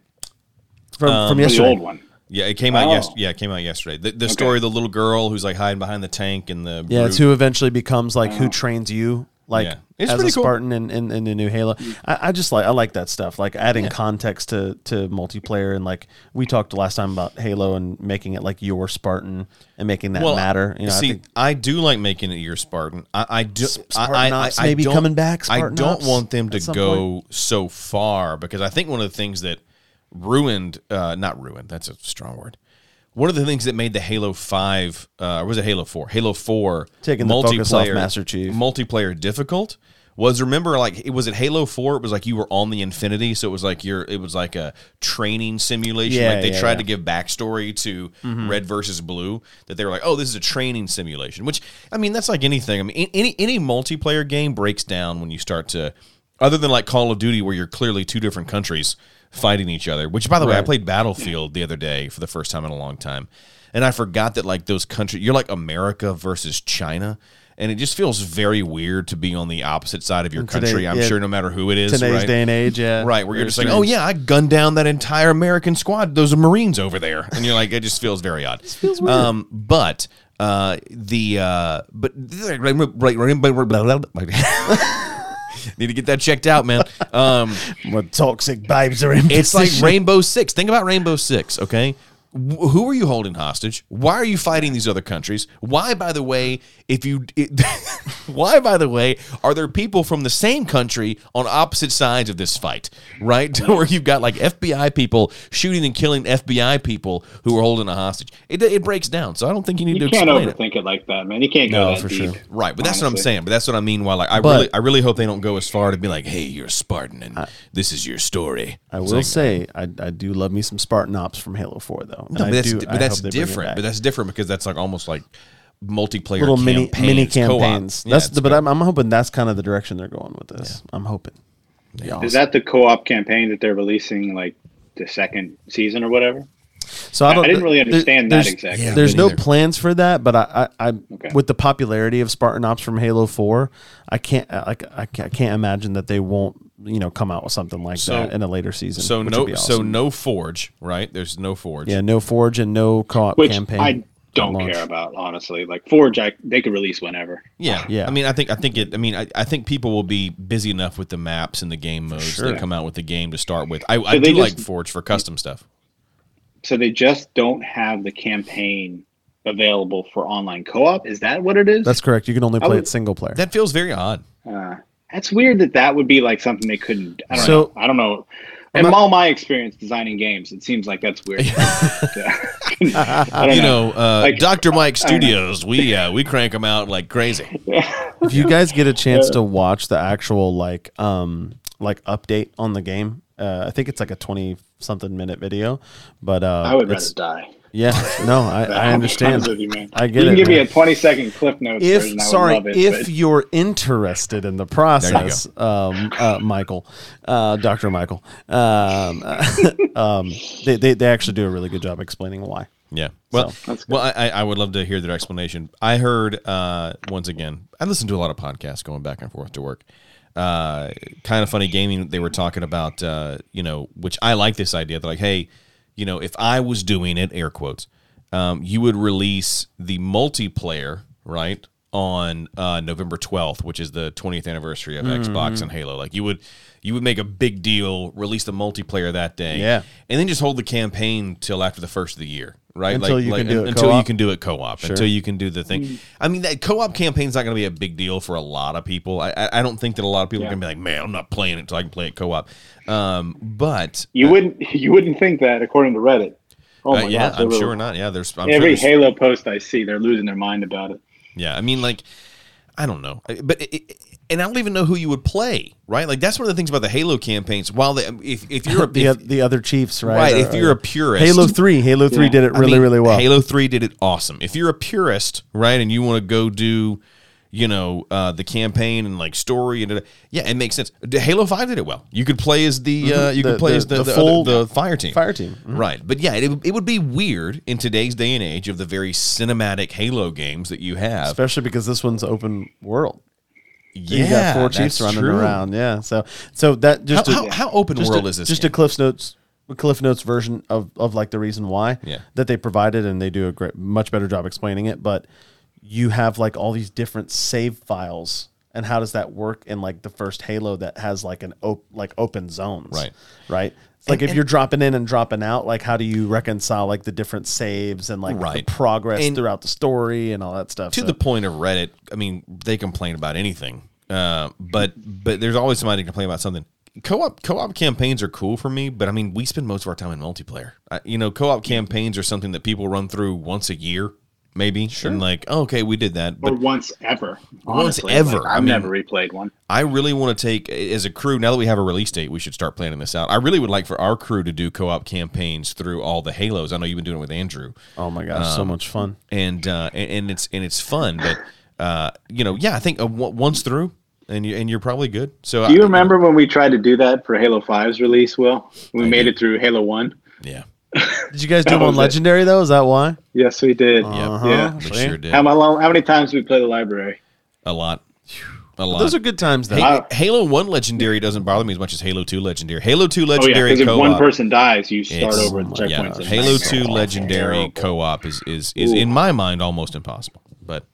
Speaker 2: from,
Speaker 1: um,
Speaker 2: from
Speaker 3: Or the
Speaker 2: yesterday
Speaker 3: old one?
Speaker 1: Yeah, it came out. Yes,
Speaker 3: Oh.
Speaker 1: yeah, it came out yesterday. The, the story of the little girl who's like hiding behind the tank and the
Speaker 2: Yeah,
Speaker 1: brute.
Speaker 2: it's who eventually becomes like who trains you like
Speaker 1: Uh-huh. Yeah. It's
Speaker 2: as a
Speaker 1: pretty cool. Mm.
Speaker 2: Spartan in, in, in the new Halo. I, I just like I like that stuff. Like adding context to to multiplayer and like we talked last time about Halo and making it like your Spartan and making that
Speaker 1: Well,
Speaker 2: matter. You know,
Speaker 1: see, I,
Speaker 2: I think
Speaker 1: do like making it your Spartan. I, I do. I- I, I,
Speaker 2: Spartanops
Speaker 1: I
Speaker 2: maybe
Speaker 1: don't-
Speaker 2: coming back,
Speaker 1: I don't
Speaker 2: Spartanops
Speaker 1: want them to
Speaker 2: at some
Speaker 1: go so far because I think one of the things that ruined, uh, not ruined, that's a strong word. One of the things that made the Halo Five, uh, or was it Halo Four? Halo Four
Speaker 2: Taking the focus off Master Chief.
Speaker 1: multiplayer difficult was remember like it was it Halo 4 it was like you were on the Infinity so it was like your it was like a training simulation
Speaker 2: Yeah,
Speaker 1: like they
Speaker 2: yeah,
Speaker 1: tried
Speaker 2: yeah. Mm-hmm.
Speaker 1: to give backstory to Red versus Blue that they were like oh this is a training simulation which I mean that's like anything I mean any any multiplayer game breaks down when you start to other than like Call of Duty where you're clearly two different countries fighting each other which by the way I
Speaker 2: Right.
Speaker 1: played Battlefield the other day for the first time in a long time and I forgot that like those countries you're like America versus China and it just feels very weird to be on the opposite side of your
Speaker 2: today-
Speaker 1: country. I'm
Speaker 2: yeah,
Speaker 1: sure no matter who it is,
Speaker 2: today's
Speaker 1: right?
Speaker 2: day and age, yeah,
Speaker 1: Right, where you're
Speaker 2: Very
Speaker 1: just like,
Speaker 2: strange.
Speaker 1: oh yeah, I gunned down that entire American squad. Those are Marines over there, and you're like, it just feels very odd. feels weird. Um, but uh, the uh, but right, right, right, right, blah, blah, blah, blah. need to get that checked out, man. Um,
Speaker 2: What toxic babes are in.
Speaker 1: it's like
Speaker 2: position.
Speaker 1: Rainbow Six. Think about Rainbow Six, okay? Wh- Who are you holding hostage? Why are you fighting these other countries? Why, by the way, if you, it, why, by the way, are there people from the same country on opposite sides of this fight, right? Where you've got like FBI people shooting and killing FBI people who are holding a hostage. It, it breaks down, so I don't think you need to
Speaker 3: You can't
Speaker 1: explain it.
Speaker 3: overthink it. like that, man. You can't go
Speaker 2: No,
Speaker 3: that
Speaker 2: for
Speaker 3: deep.
Speaker 2: sure.
Speaker 1: Right, but that's what I'm
Speaker 3: honestly.
Speaker 1: saying. But that's what I mean. Why, like, I
Speaker 2: But-
Speaker 1: really, I really hope they don't go as far to be like, "Hey, you're a Spartan, and this is your story."
Speaker 2: I
Speaker 1: It's
Speaker 2: will
Speaker 1: like,
Speaker 2: say I, I do love me some Spartan ops from Halo Four though. And
Speaker 1: No,
Speaker 2: I
Speaker 1: but that's,
Speaker 2: do-
Speaker 1: di-
Speaker 2: I
Speaker 1: but that's
Speaker 2: hope they bring it
Speaker 1: different.
Speaker 2: back.
Speaker 1: But that's different because that's like almost like multiplayer
Speaker 2: little mini
Speaker 1: campaigns,
Speaker 2: mini
Speaker 1: co-op.
Speaker 2: campaigns.
Speaker 1: Yeah,
Speaker 2: That's
Speaker 1: it's
Speaker 2: the, but
Speaker 1: co-
Speaker 2: I'm, I'm hoping that's kind of the direction they're going with this. I'm hoping. Yeah.
Speaker 3: Is that the co-op campaign that they're releasing like the second season or whatever?
Speaker 2: So I don't.
Speaker 3: I didn't really
Speaker 2: there-
Speaker 3: understand that
Speaker 2: there's-
Speaker 3: exactly.
Speaker 1: Yeah,
Speaker 2: There's
Speaker 1: me
Speaker 2: no
Speaker 1: neither.
Speaker 2: plans for that, but I, I, I
Speaker 3: Okay.
Speaker 2: with the popularity of Spartan Ops from Halo Four, I can't, I, I can't I can't imagine that they won't, you know, come out with something like
Speaker 1: So-
Speaker 2: that in a later season.
Speaker 1: so
Speaker 2: which
Speaker 1: no
Speaker 2: would be
Speaker 1: so
Speaker 2: awesome.
Speaker 1: no forge, right? There's no forge.
Speaker 2: yeah, no Forge and no co-op
Speaker 3: Which
Speaker 2: campaign.
Speaker 3: I don't
Speaker 2: launch.
Speaker 3: care about, honestly. Like Forge, I, they could release whenever.
Speaker 1: yeah,
Speaker 2: Yeah.
Speaker 1: I mean, I think I think it. I mean, I, I think people will be busy enough with the maps and the game modes
Speaker 2: sure.
Speaker 1: that come out with the game to start with. I, I
Speaker 3: they
Speaker 1: do like
Speaker 3: just-
Speaker 1: forge for custom stuff.
Speaker 3: So they just don't have the campaign available for online co-op. Is that what it is?
Speaker 2: That's correct. You can only play
Speaker 3: would-
Speaker 2: it single player.
Speaker 1: That feels very odd.
Speaker 3: Uh, that's weird that that would be like something they couldn't. I don't
Speaker 2: So-
Speaker 3: know. I don't know. In all my experience designing games, it seems like that's weird. Yeah. I don't
Speaker 1: You know, uh,
Speaker 3: Like,
Speaker 1: Dr. Mike Studios, we uh, we crank them out like crazy.
Speaker 2: if you guys get a chance to watch the actual like um like update on the game. Uh, I think it's like a twenty something minute video, but uh,
Speaker 3: I would rather
Speaker 2: it's,
Speaker 3: die.
Speaker 2: yeah, no, I,
Speaker 3: But
Speaker 2: I
Speaker 3: I'm
Speaker 2: understand.
Speaker 3: honest With you, man.
Speaker 2: I
Speaker 3: You
Speaker 2: get
Speaker 3: can
Speaker 2: it.
Speaker 3: give me
Speaker 2: man.
Speaker 3: a 20 second clip note. version,
Speaker 2: if
Speaker 3: I would
Speaker 2: sorry,
Speaker 3: love it,
Speaker 2: if
Speaker 3: but-
Speaker 2: you're interested in the process, um, uh, Michael, uh, Doctor Michael, um, um, they, they they actually do a really good job explaining why.
Speaker 1: Yeah. Well,
Speaker 3: That's good.
Speaker 1: well, I, I I would love to hear their explanation. I heard uh, once again. I listen to a lot of podcasts going back and forth to work. Uh, kind of funny gaming. They were talking about uh, you know, which I like this idea. They're like, hey, you know, if I was doing it, air quotes, um, you would release the multiplayer right on uh, November twelfth, which is the twentieth anniversary of
Speaker 3: Mm-hmm.
Speaker 1: Xbox and Halo. Like you would, you would make a big deal, release the multiplayer that day,
Speaker 2: Yeah.
Speaker 1: and then just hold the campaign till after the first of the year, right?
Speaker 2: Until you can do it
Speaker 1: until you
Speaker 2: co-op.
Speaker 1: can do it co-op, until you can do the
Speaker 3: Mm.
Speaker 1: thing. I mean, that co-op campaign's not going to be a big deal for a lot of people. I, I, I don't think that a lot of people are
Speaker 3: Yeah.
Speaker 1: going to be like, man, I'm not playing it until I can play it co-op. Um, but
Speaker 3: you wouldn't, you wouldn't think that according to Reddit. Oh
Speaker 1: uh,
Speaker 3: my
Speaker 1: yeah,
Speaker 3: gosh,
Speaker 1: I'm
Speaker 3: they're-
Speaker 1: sure not. Yeah, there's I'm sure
Speaker 3: Every
Speaker 1: there's-
Speaker 3: Halo post I see, they're losing their mind about it.
Speaker 1: Yeah, I mean, like, I don't know, I- but it, it, and I don't even know who you would play, right? Like, that's one of the things about the Halo campaigns. While they, if if you're a,
Speaker 2: The,
Speaker 1: if,
Speaker 2: oth- the other Chiefs, right?
Speaker 1: right,
Speaker 2: are-
Speaker 1: if you're a
Speaker 2: are-
Speaker 1: purist,
Speaker 2: Halo Three, Halo Three
Speaker 3: Yeah.
Speaker 2: did it
Speaker 1: I
Speaker 2: really,
Speaker 1: mean,
Speaker 2: really well.
Speaker 1: Halo Three did it awesome. If you're a purist, right, and you want to go do, you know, uh, the campaign and like story and yeah, it makes sense. The Halo Five did it well. You could play as the uh, you
Speaker 2: Mm-hmm. The-
Speaker 1: could play
Speaker 2: the-
Speaker 1: as the,
Speaker 2: the
Speaker 1: the,
Speaker 2: full
Speaker 1: the, the fire team,
Speaker 2: fire team. Mhm.
Speaker 1: right? But yeah, it, it would be weird in today's day and age of the very cinematic Halo games that you have.
Speaker 2: especially because this one's open world.
Speaker 1: yeah,
Speaker 2: you got four Chiefs
Speaker 1: that's
Speaker 2: running
Speaker 1: true.
Speaker 2: around. Yeah, so so that just
Speaker 1: How, how,
Speaker 2: a,
Speaker 1: how open
Speaker 2: just
Speaker 1: world
Speaker 2: a,
Speaker 1: is this?
Speaker 2: Just
Speaker 1: game?
Speaker 2: a Cliff's Notes. a Cliff Notes version of, of like the reason why
Speaker 1: Yeah.
Speaker 2: that they provided, and they do a great, much better job explaining it. But you have like all these different save files, and how does that work in like the first Halo that has like an op- like open zones,
Speaker 1: Right.
Speaker 2: Right. It's like if you're dropping in and dropping out, like how do you reconcile like the different saves and like
Speaker 1: Right.
Speaker 2: the progress
Speaker 1: And-
Speaker 2: throughout the story and all that stuff?
Speaker 1: to
Speaker 2: So-
Speaker 1: the point of Reddit, I mean, they complain about anything, uh, but but there's always somebody to complain about something. Co-op co-op campaigns are cool for me, but I mean, we spend most of our time in multiplayer. I, you know, co-op campaigns are something that people run through once a year, maybe, and like, oh, okay, we did that,
Speaker 3: Or
Speaker 1: but
Speaker 3: once ever.
Speaker 1: Once
Speaker 3: honestly.
Speaker 1: ever,
Speaker 3: Like,
Speaker 1: I
Speaker 3: I've
Speaker 1: mean-
Speaker 3: never replayed one.
Speaker 1: I really want to take as a crew. Now that we have a release date, we should start planning this out. I really would like for our crew to do co-op campaigns through all the Halos. I know you've been doing it with Andrew.
Speaker 2: oh my gosh,
Speaker 1: um,
Speaker 2: so much fun.
Speaker 1: and uh, and, and it's and it's fun. But uh, you know, yeah, I think uh, w- once through, and you and you're probably good. So
Speaker 3: Do you
Speaker 1: I-
Speaker 3: remember when we tried to do that for Halo 5's release, Will? We made it through Halo 1.
Speaker 1: Yeah,
Speaker 2: Did you guys do
Speaker 3: That
Speaker 2: one
Speaker 3: was it.
Speaker 2: legendary though? Is that why?
Speaker 3: Yes, we did.
Speaker 1: yeah,
Speaker 2: Uh-huh.
Speaker 1: we
Speaker 3: Yeah.
Speaker 2: See?
Speaker 1: sure did
Speaker 3: How, long, how many times did we play the library?
Speaker 1: a lot, a lot.
Speaker 2: Those are good times though.
Speaker 1: Hey,
Speaker 3: I-
Speaker 1: Halo One Legendary doesn't bother me as much as Halo Two Legendary. Halo Two
Speaker 3: Oh, yeah,
Speaker 1: Legendary
Speaker 3: because if
Speaker 1: co-op.
Speaker 3: one person dies, you start
Speaker 1: it's-
Speaker 3: over at the
Speaker 1: yeah,
Speaker 3: checkpoints.
Speaker 1: Halo Two Legendary co-op is is is in my mind almost impossible. But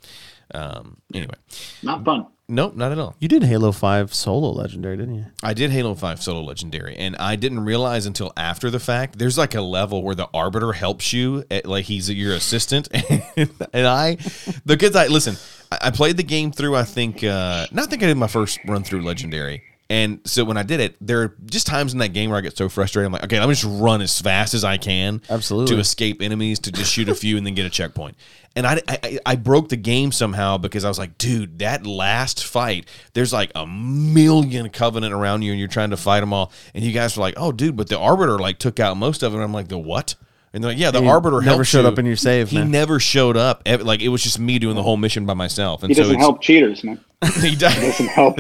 Speaker 1: um, anyway,
Speaker 3: Not fun.
Speaker 1: nope, not at all.
Speaker 2: you did Halo Five solo legendary, didn't you?
Speaker 1: I did Halo 5 solo legendary and I didn't realize until after the fact there's like a level where the arbiter helps you at, like he's your assistant and, I the kids I listen I, I played the game through I think uh not think I did my first run through legendary and so when I did it there are just times in that game where I get so frustrated I'm like okay let me just run as fast as I can
Speaker 2: Absolutely.
Speaker 1: to escape enemies to just shoot a few and then get a checkpoint. And I, I I broke the game somehow because I was like, dude, that last fight, there's like a million covenant around you and you're trying to fight them all. And you guys were like, oh, dude, but the arbiter like took out most of them. And I'm like, the what? And they're like, yeah, the
Speaker 2: He
Speaker 1: arbiter
Speaker 2: never
Speaker 1: helped
Speaker 2: showed
Speaker 1: you."
Speaker 2: up in your save,
Speaker 1: He
Speaker 2: man.
Speaker 1: never showed up. Ev- Like it was just me doing the whole mission by myself. And
Speaker 3: He doesn't
Speaker 1: it's-
Speaker 3: help cheaters, man.
Speaker 1: he doesn't
Speaker 3: help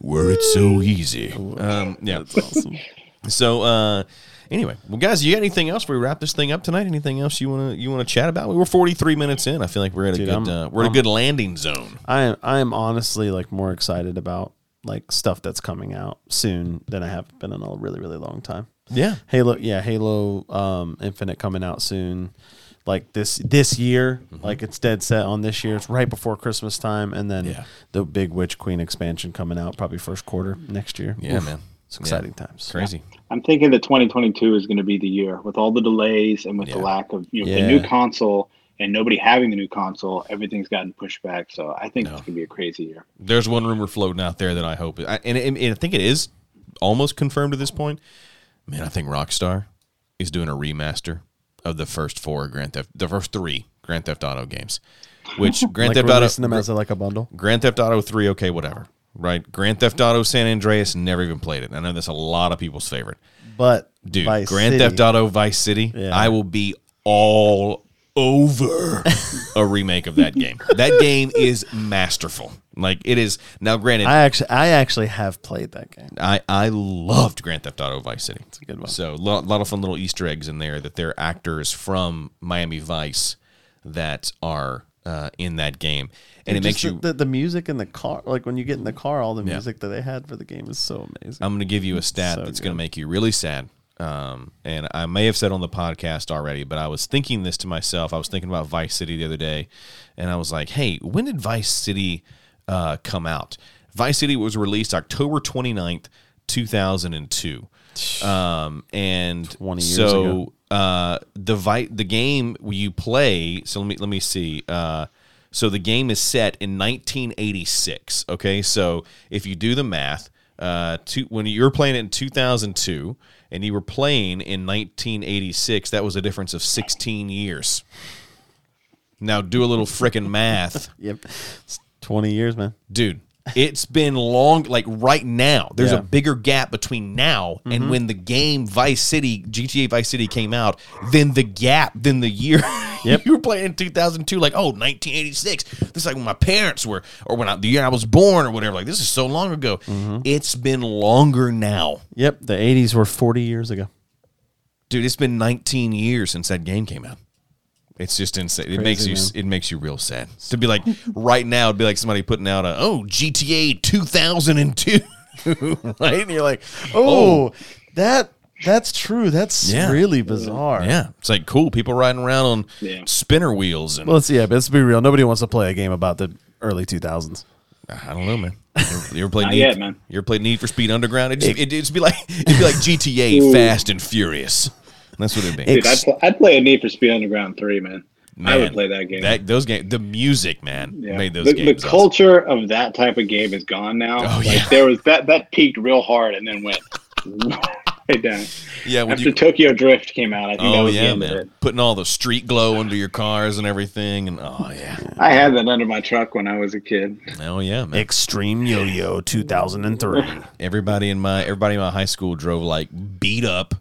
Speaker 1: Were it so easy? Um, yeah. So uh, anyway, well, guys, you got anything else? We wrap this thing up tonight. Anything else you wanna you wanna chat about? We were forty three minutes in. I feel like we're at a
Speaker 2: I'm-
Speaker 1: good uh, we're at a good landing zone.
Speaker 2: I am I am honestly like more excited about like stuff that's coming out soon than I have been in a really, really long time.
Speaker 1: Yeah.
Speaker 2: Halo yeah, Halo um Infinite coming out soon. Like this this year.
Speaker 1: Mm-hmm.
Speaker 2: Like it's dead set on this year. It's right before Christmas time and then
Speaker 1: Yeah.
Speaker 2: the big Witch Queen expansion coming out probably first quarter next year.
Speaker 1: Yeah, man.
Speaker 2: It's exciting times.
Speaker 1: Crazy.
Speaker 3: I'm thinking that 2022 is going to be the year with all the delays and with the
Speaker 1: Yeah.
Speaker 3: lack of you know
Speaker 2: Yeah.
Speaker 3: the new console and nobody having the new console. Everything's gotten pushed back, so I think it's going to be a crazy year.
Speaker 1: There's one rumor floating out there that I hope, I, and, and, and I think it is almost confirmed at this point. Man, I think Rockstar is doing a remaster of the first four Grand Theft, the first three Grand Theft Auto games, which Grand
Speaker 2: Like
Speaker 1: Theft Auto
Speaker 2: releasing them as like a bundle.
Speaker 1: Grand Theft Auto 3, okay, whatever. right? Grand Theft Auto San Andreas, never even played it. I know that's a lot of people's favorite.
Speaker 4: But
Speaker 1: Dude,
Speaker 4: Vice
Speaker 1: Grand
Speaker 4: City-
Speaker 1: Theft Auto Vice City,
Speaker 2: Yeah.
Speaker 1: I will be all over a remake of that game. That game is masterful. Like it is now granted
Speaker 4: I actually, I actually have played that game.
Speaker 1: I, I loved Grand Theft Auto Vice City. It's a
Speaker 4: good one.
Speaker 1: So a lot, lot of fun little Easter eggs in there that there are actors from Miami Vice that are uh, in that game, and it
Speaker 4: Just
Speaker 1: makes
Speaker 4: the,
Speaker 1: you.
Speaker 4: the, the music in the car. Like when you get in the car, all the music that they had for the game is so amazing.
Speaker 1: I'm going to give you a stat that's going to make you really sad. Um, and I may have said on the podcast already, but I was thinking this to myself. I was thinking about Vice City the other day, and I was like, "Hey, when did Vice City uh, come out?" Vice City was released October 29th, 2002. Um, and
Speaker 2: 20 years
Speaker 1: so,
Speaker 2: ago.
Speaker 1: uh, the vi- the game you play. So let me let me see. Uh, so the game is set in 1986. Okay, so if you do the math, uh, two, when you were playing it in 2002 and you were playing in 1986, that was a difference of 16 years. Now do a little frickin' math
Speaker 4: Yep.
Speaker 2: Twenty years, man.
Speaker 1: dude it's been long like right now there's
Speaker 2: Yeah.
Speaker 1: a bigger gap between now and when the game vice city gta vice city came out than the gap than the year you were playing in 2002 like oh 1986 this is like when my parents were or when I, the year i was born or whatever like this is so long ago it's been longer now
Speaker 2: Yep, the '80s were 40 years ago.
Speaker 1: dude it's been 19 years since that game came out it's just insane it makes you
Speaker 2: man.
Speaker 1: it makes you real sad to be like right now it'd be like somebody putting out a oh gta 2002 right and you're like
Speaker 4: Oh, that that's true. That's
Speaker 1: Yeah.
Speaker 4: really bizarre.
Speaker 1: yeah it's like cool people riding around on
Speaker 3: Yeah.
Speaker 1: spinner wheels and
Speaker 2: Well, let's yeah, but let's be real. Nobody wants to play a game about the early 2000s.
Speaker 1: i don't know man you ever, you ever played
Speaker 3: Not
Speaker 1: need,
Speaker 3: yet, man.
Speaker 1: you ever played need for speed underground it'd, just, it, it'd be like it'd be like gta fast and furious that's what it'd be
Speaker 3: Dude, I'd, pl- I'd play a Need for Speed Underground three, man. I
Speaker 1: Man,
Speaker 3: would play that game.
Speaker 1: that those game the music man
Speaker 3: Yeah.
Speaker 1: made those
Speaker 3: the,
Speaker 1: games
Speaker 3: the
Speaker 1: awesome.
Speaker 3: culture of that type of game is gone now.
Speaker 1: Oh,
Speaker 3: like
Speaker 1: yeah.
Speaker 3: there was that that peaked real hard and then went way down.
Speaker 1: yeah when
Speaker 3: After
Speaker 1: you-
Speaker 3: Tokyo Drift came out, I think that
Speaker 1: Oh
Speaker 3: was the
Speaker 1: yeah,
Speaker 3: end of
Speaker 1: man!
Speaker 3: it.
Speaker 1: Putting all the street glow under your cars and everything, and oh yeah,
Speaker 3: I had that under my truck when I was a kid.
Speaker 1: oh yeah, man!
Speaker 2: Extreme Yo-Yo 2003.
Speaker 1: Everybody in my everybody in my high school drove like beat up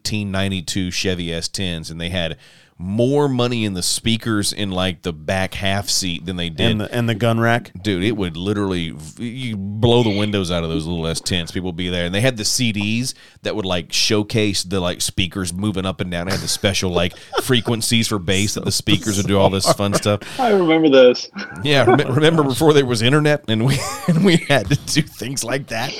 Speaker 1: 1992 Chevy S10s, and they had more money in the speakers in like the back half seat than they did.
Speaker 2: and the and the gun rack.
Speaker 1: Dude, it would literally you blow the windows out of those little S10s. People would be there, and they had the CDs that would like showcase the like speakers moving up and down. It had the special like frequencies for bass that the speakers would do all this fun stuff.
Speaker 3: I remember those.
Speaker 1: Yeah, rem- remember before there was internet, and we and we had to do things like that.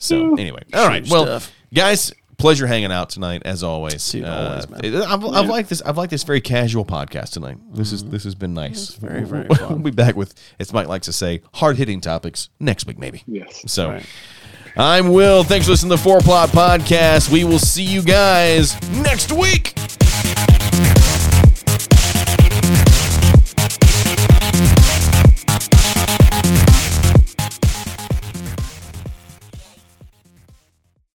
Speaker 1: So anyway, all right, well, guys, pleasure hanging out tonight as always. Uh, I've, I've liked this. I've liked this very casual podcast tonight. This is this has been nice. Mm-hmm. Very very. We'll be back with as Mike likes to say, hard hitting topics next week maybe.
Speaker 3: Yes.
Speaker 1: So. I'm Will. Thanks for listening to the Four Plot Podcast. We will see you guys next week.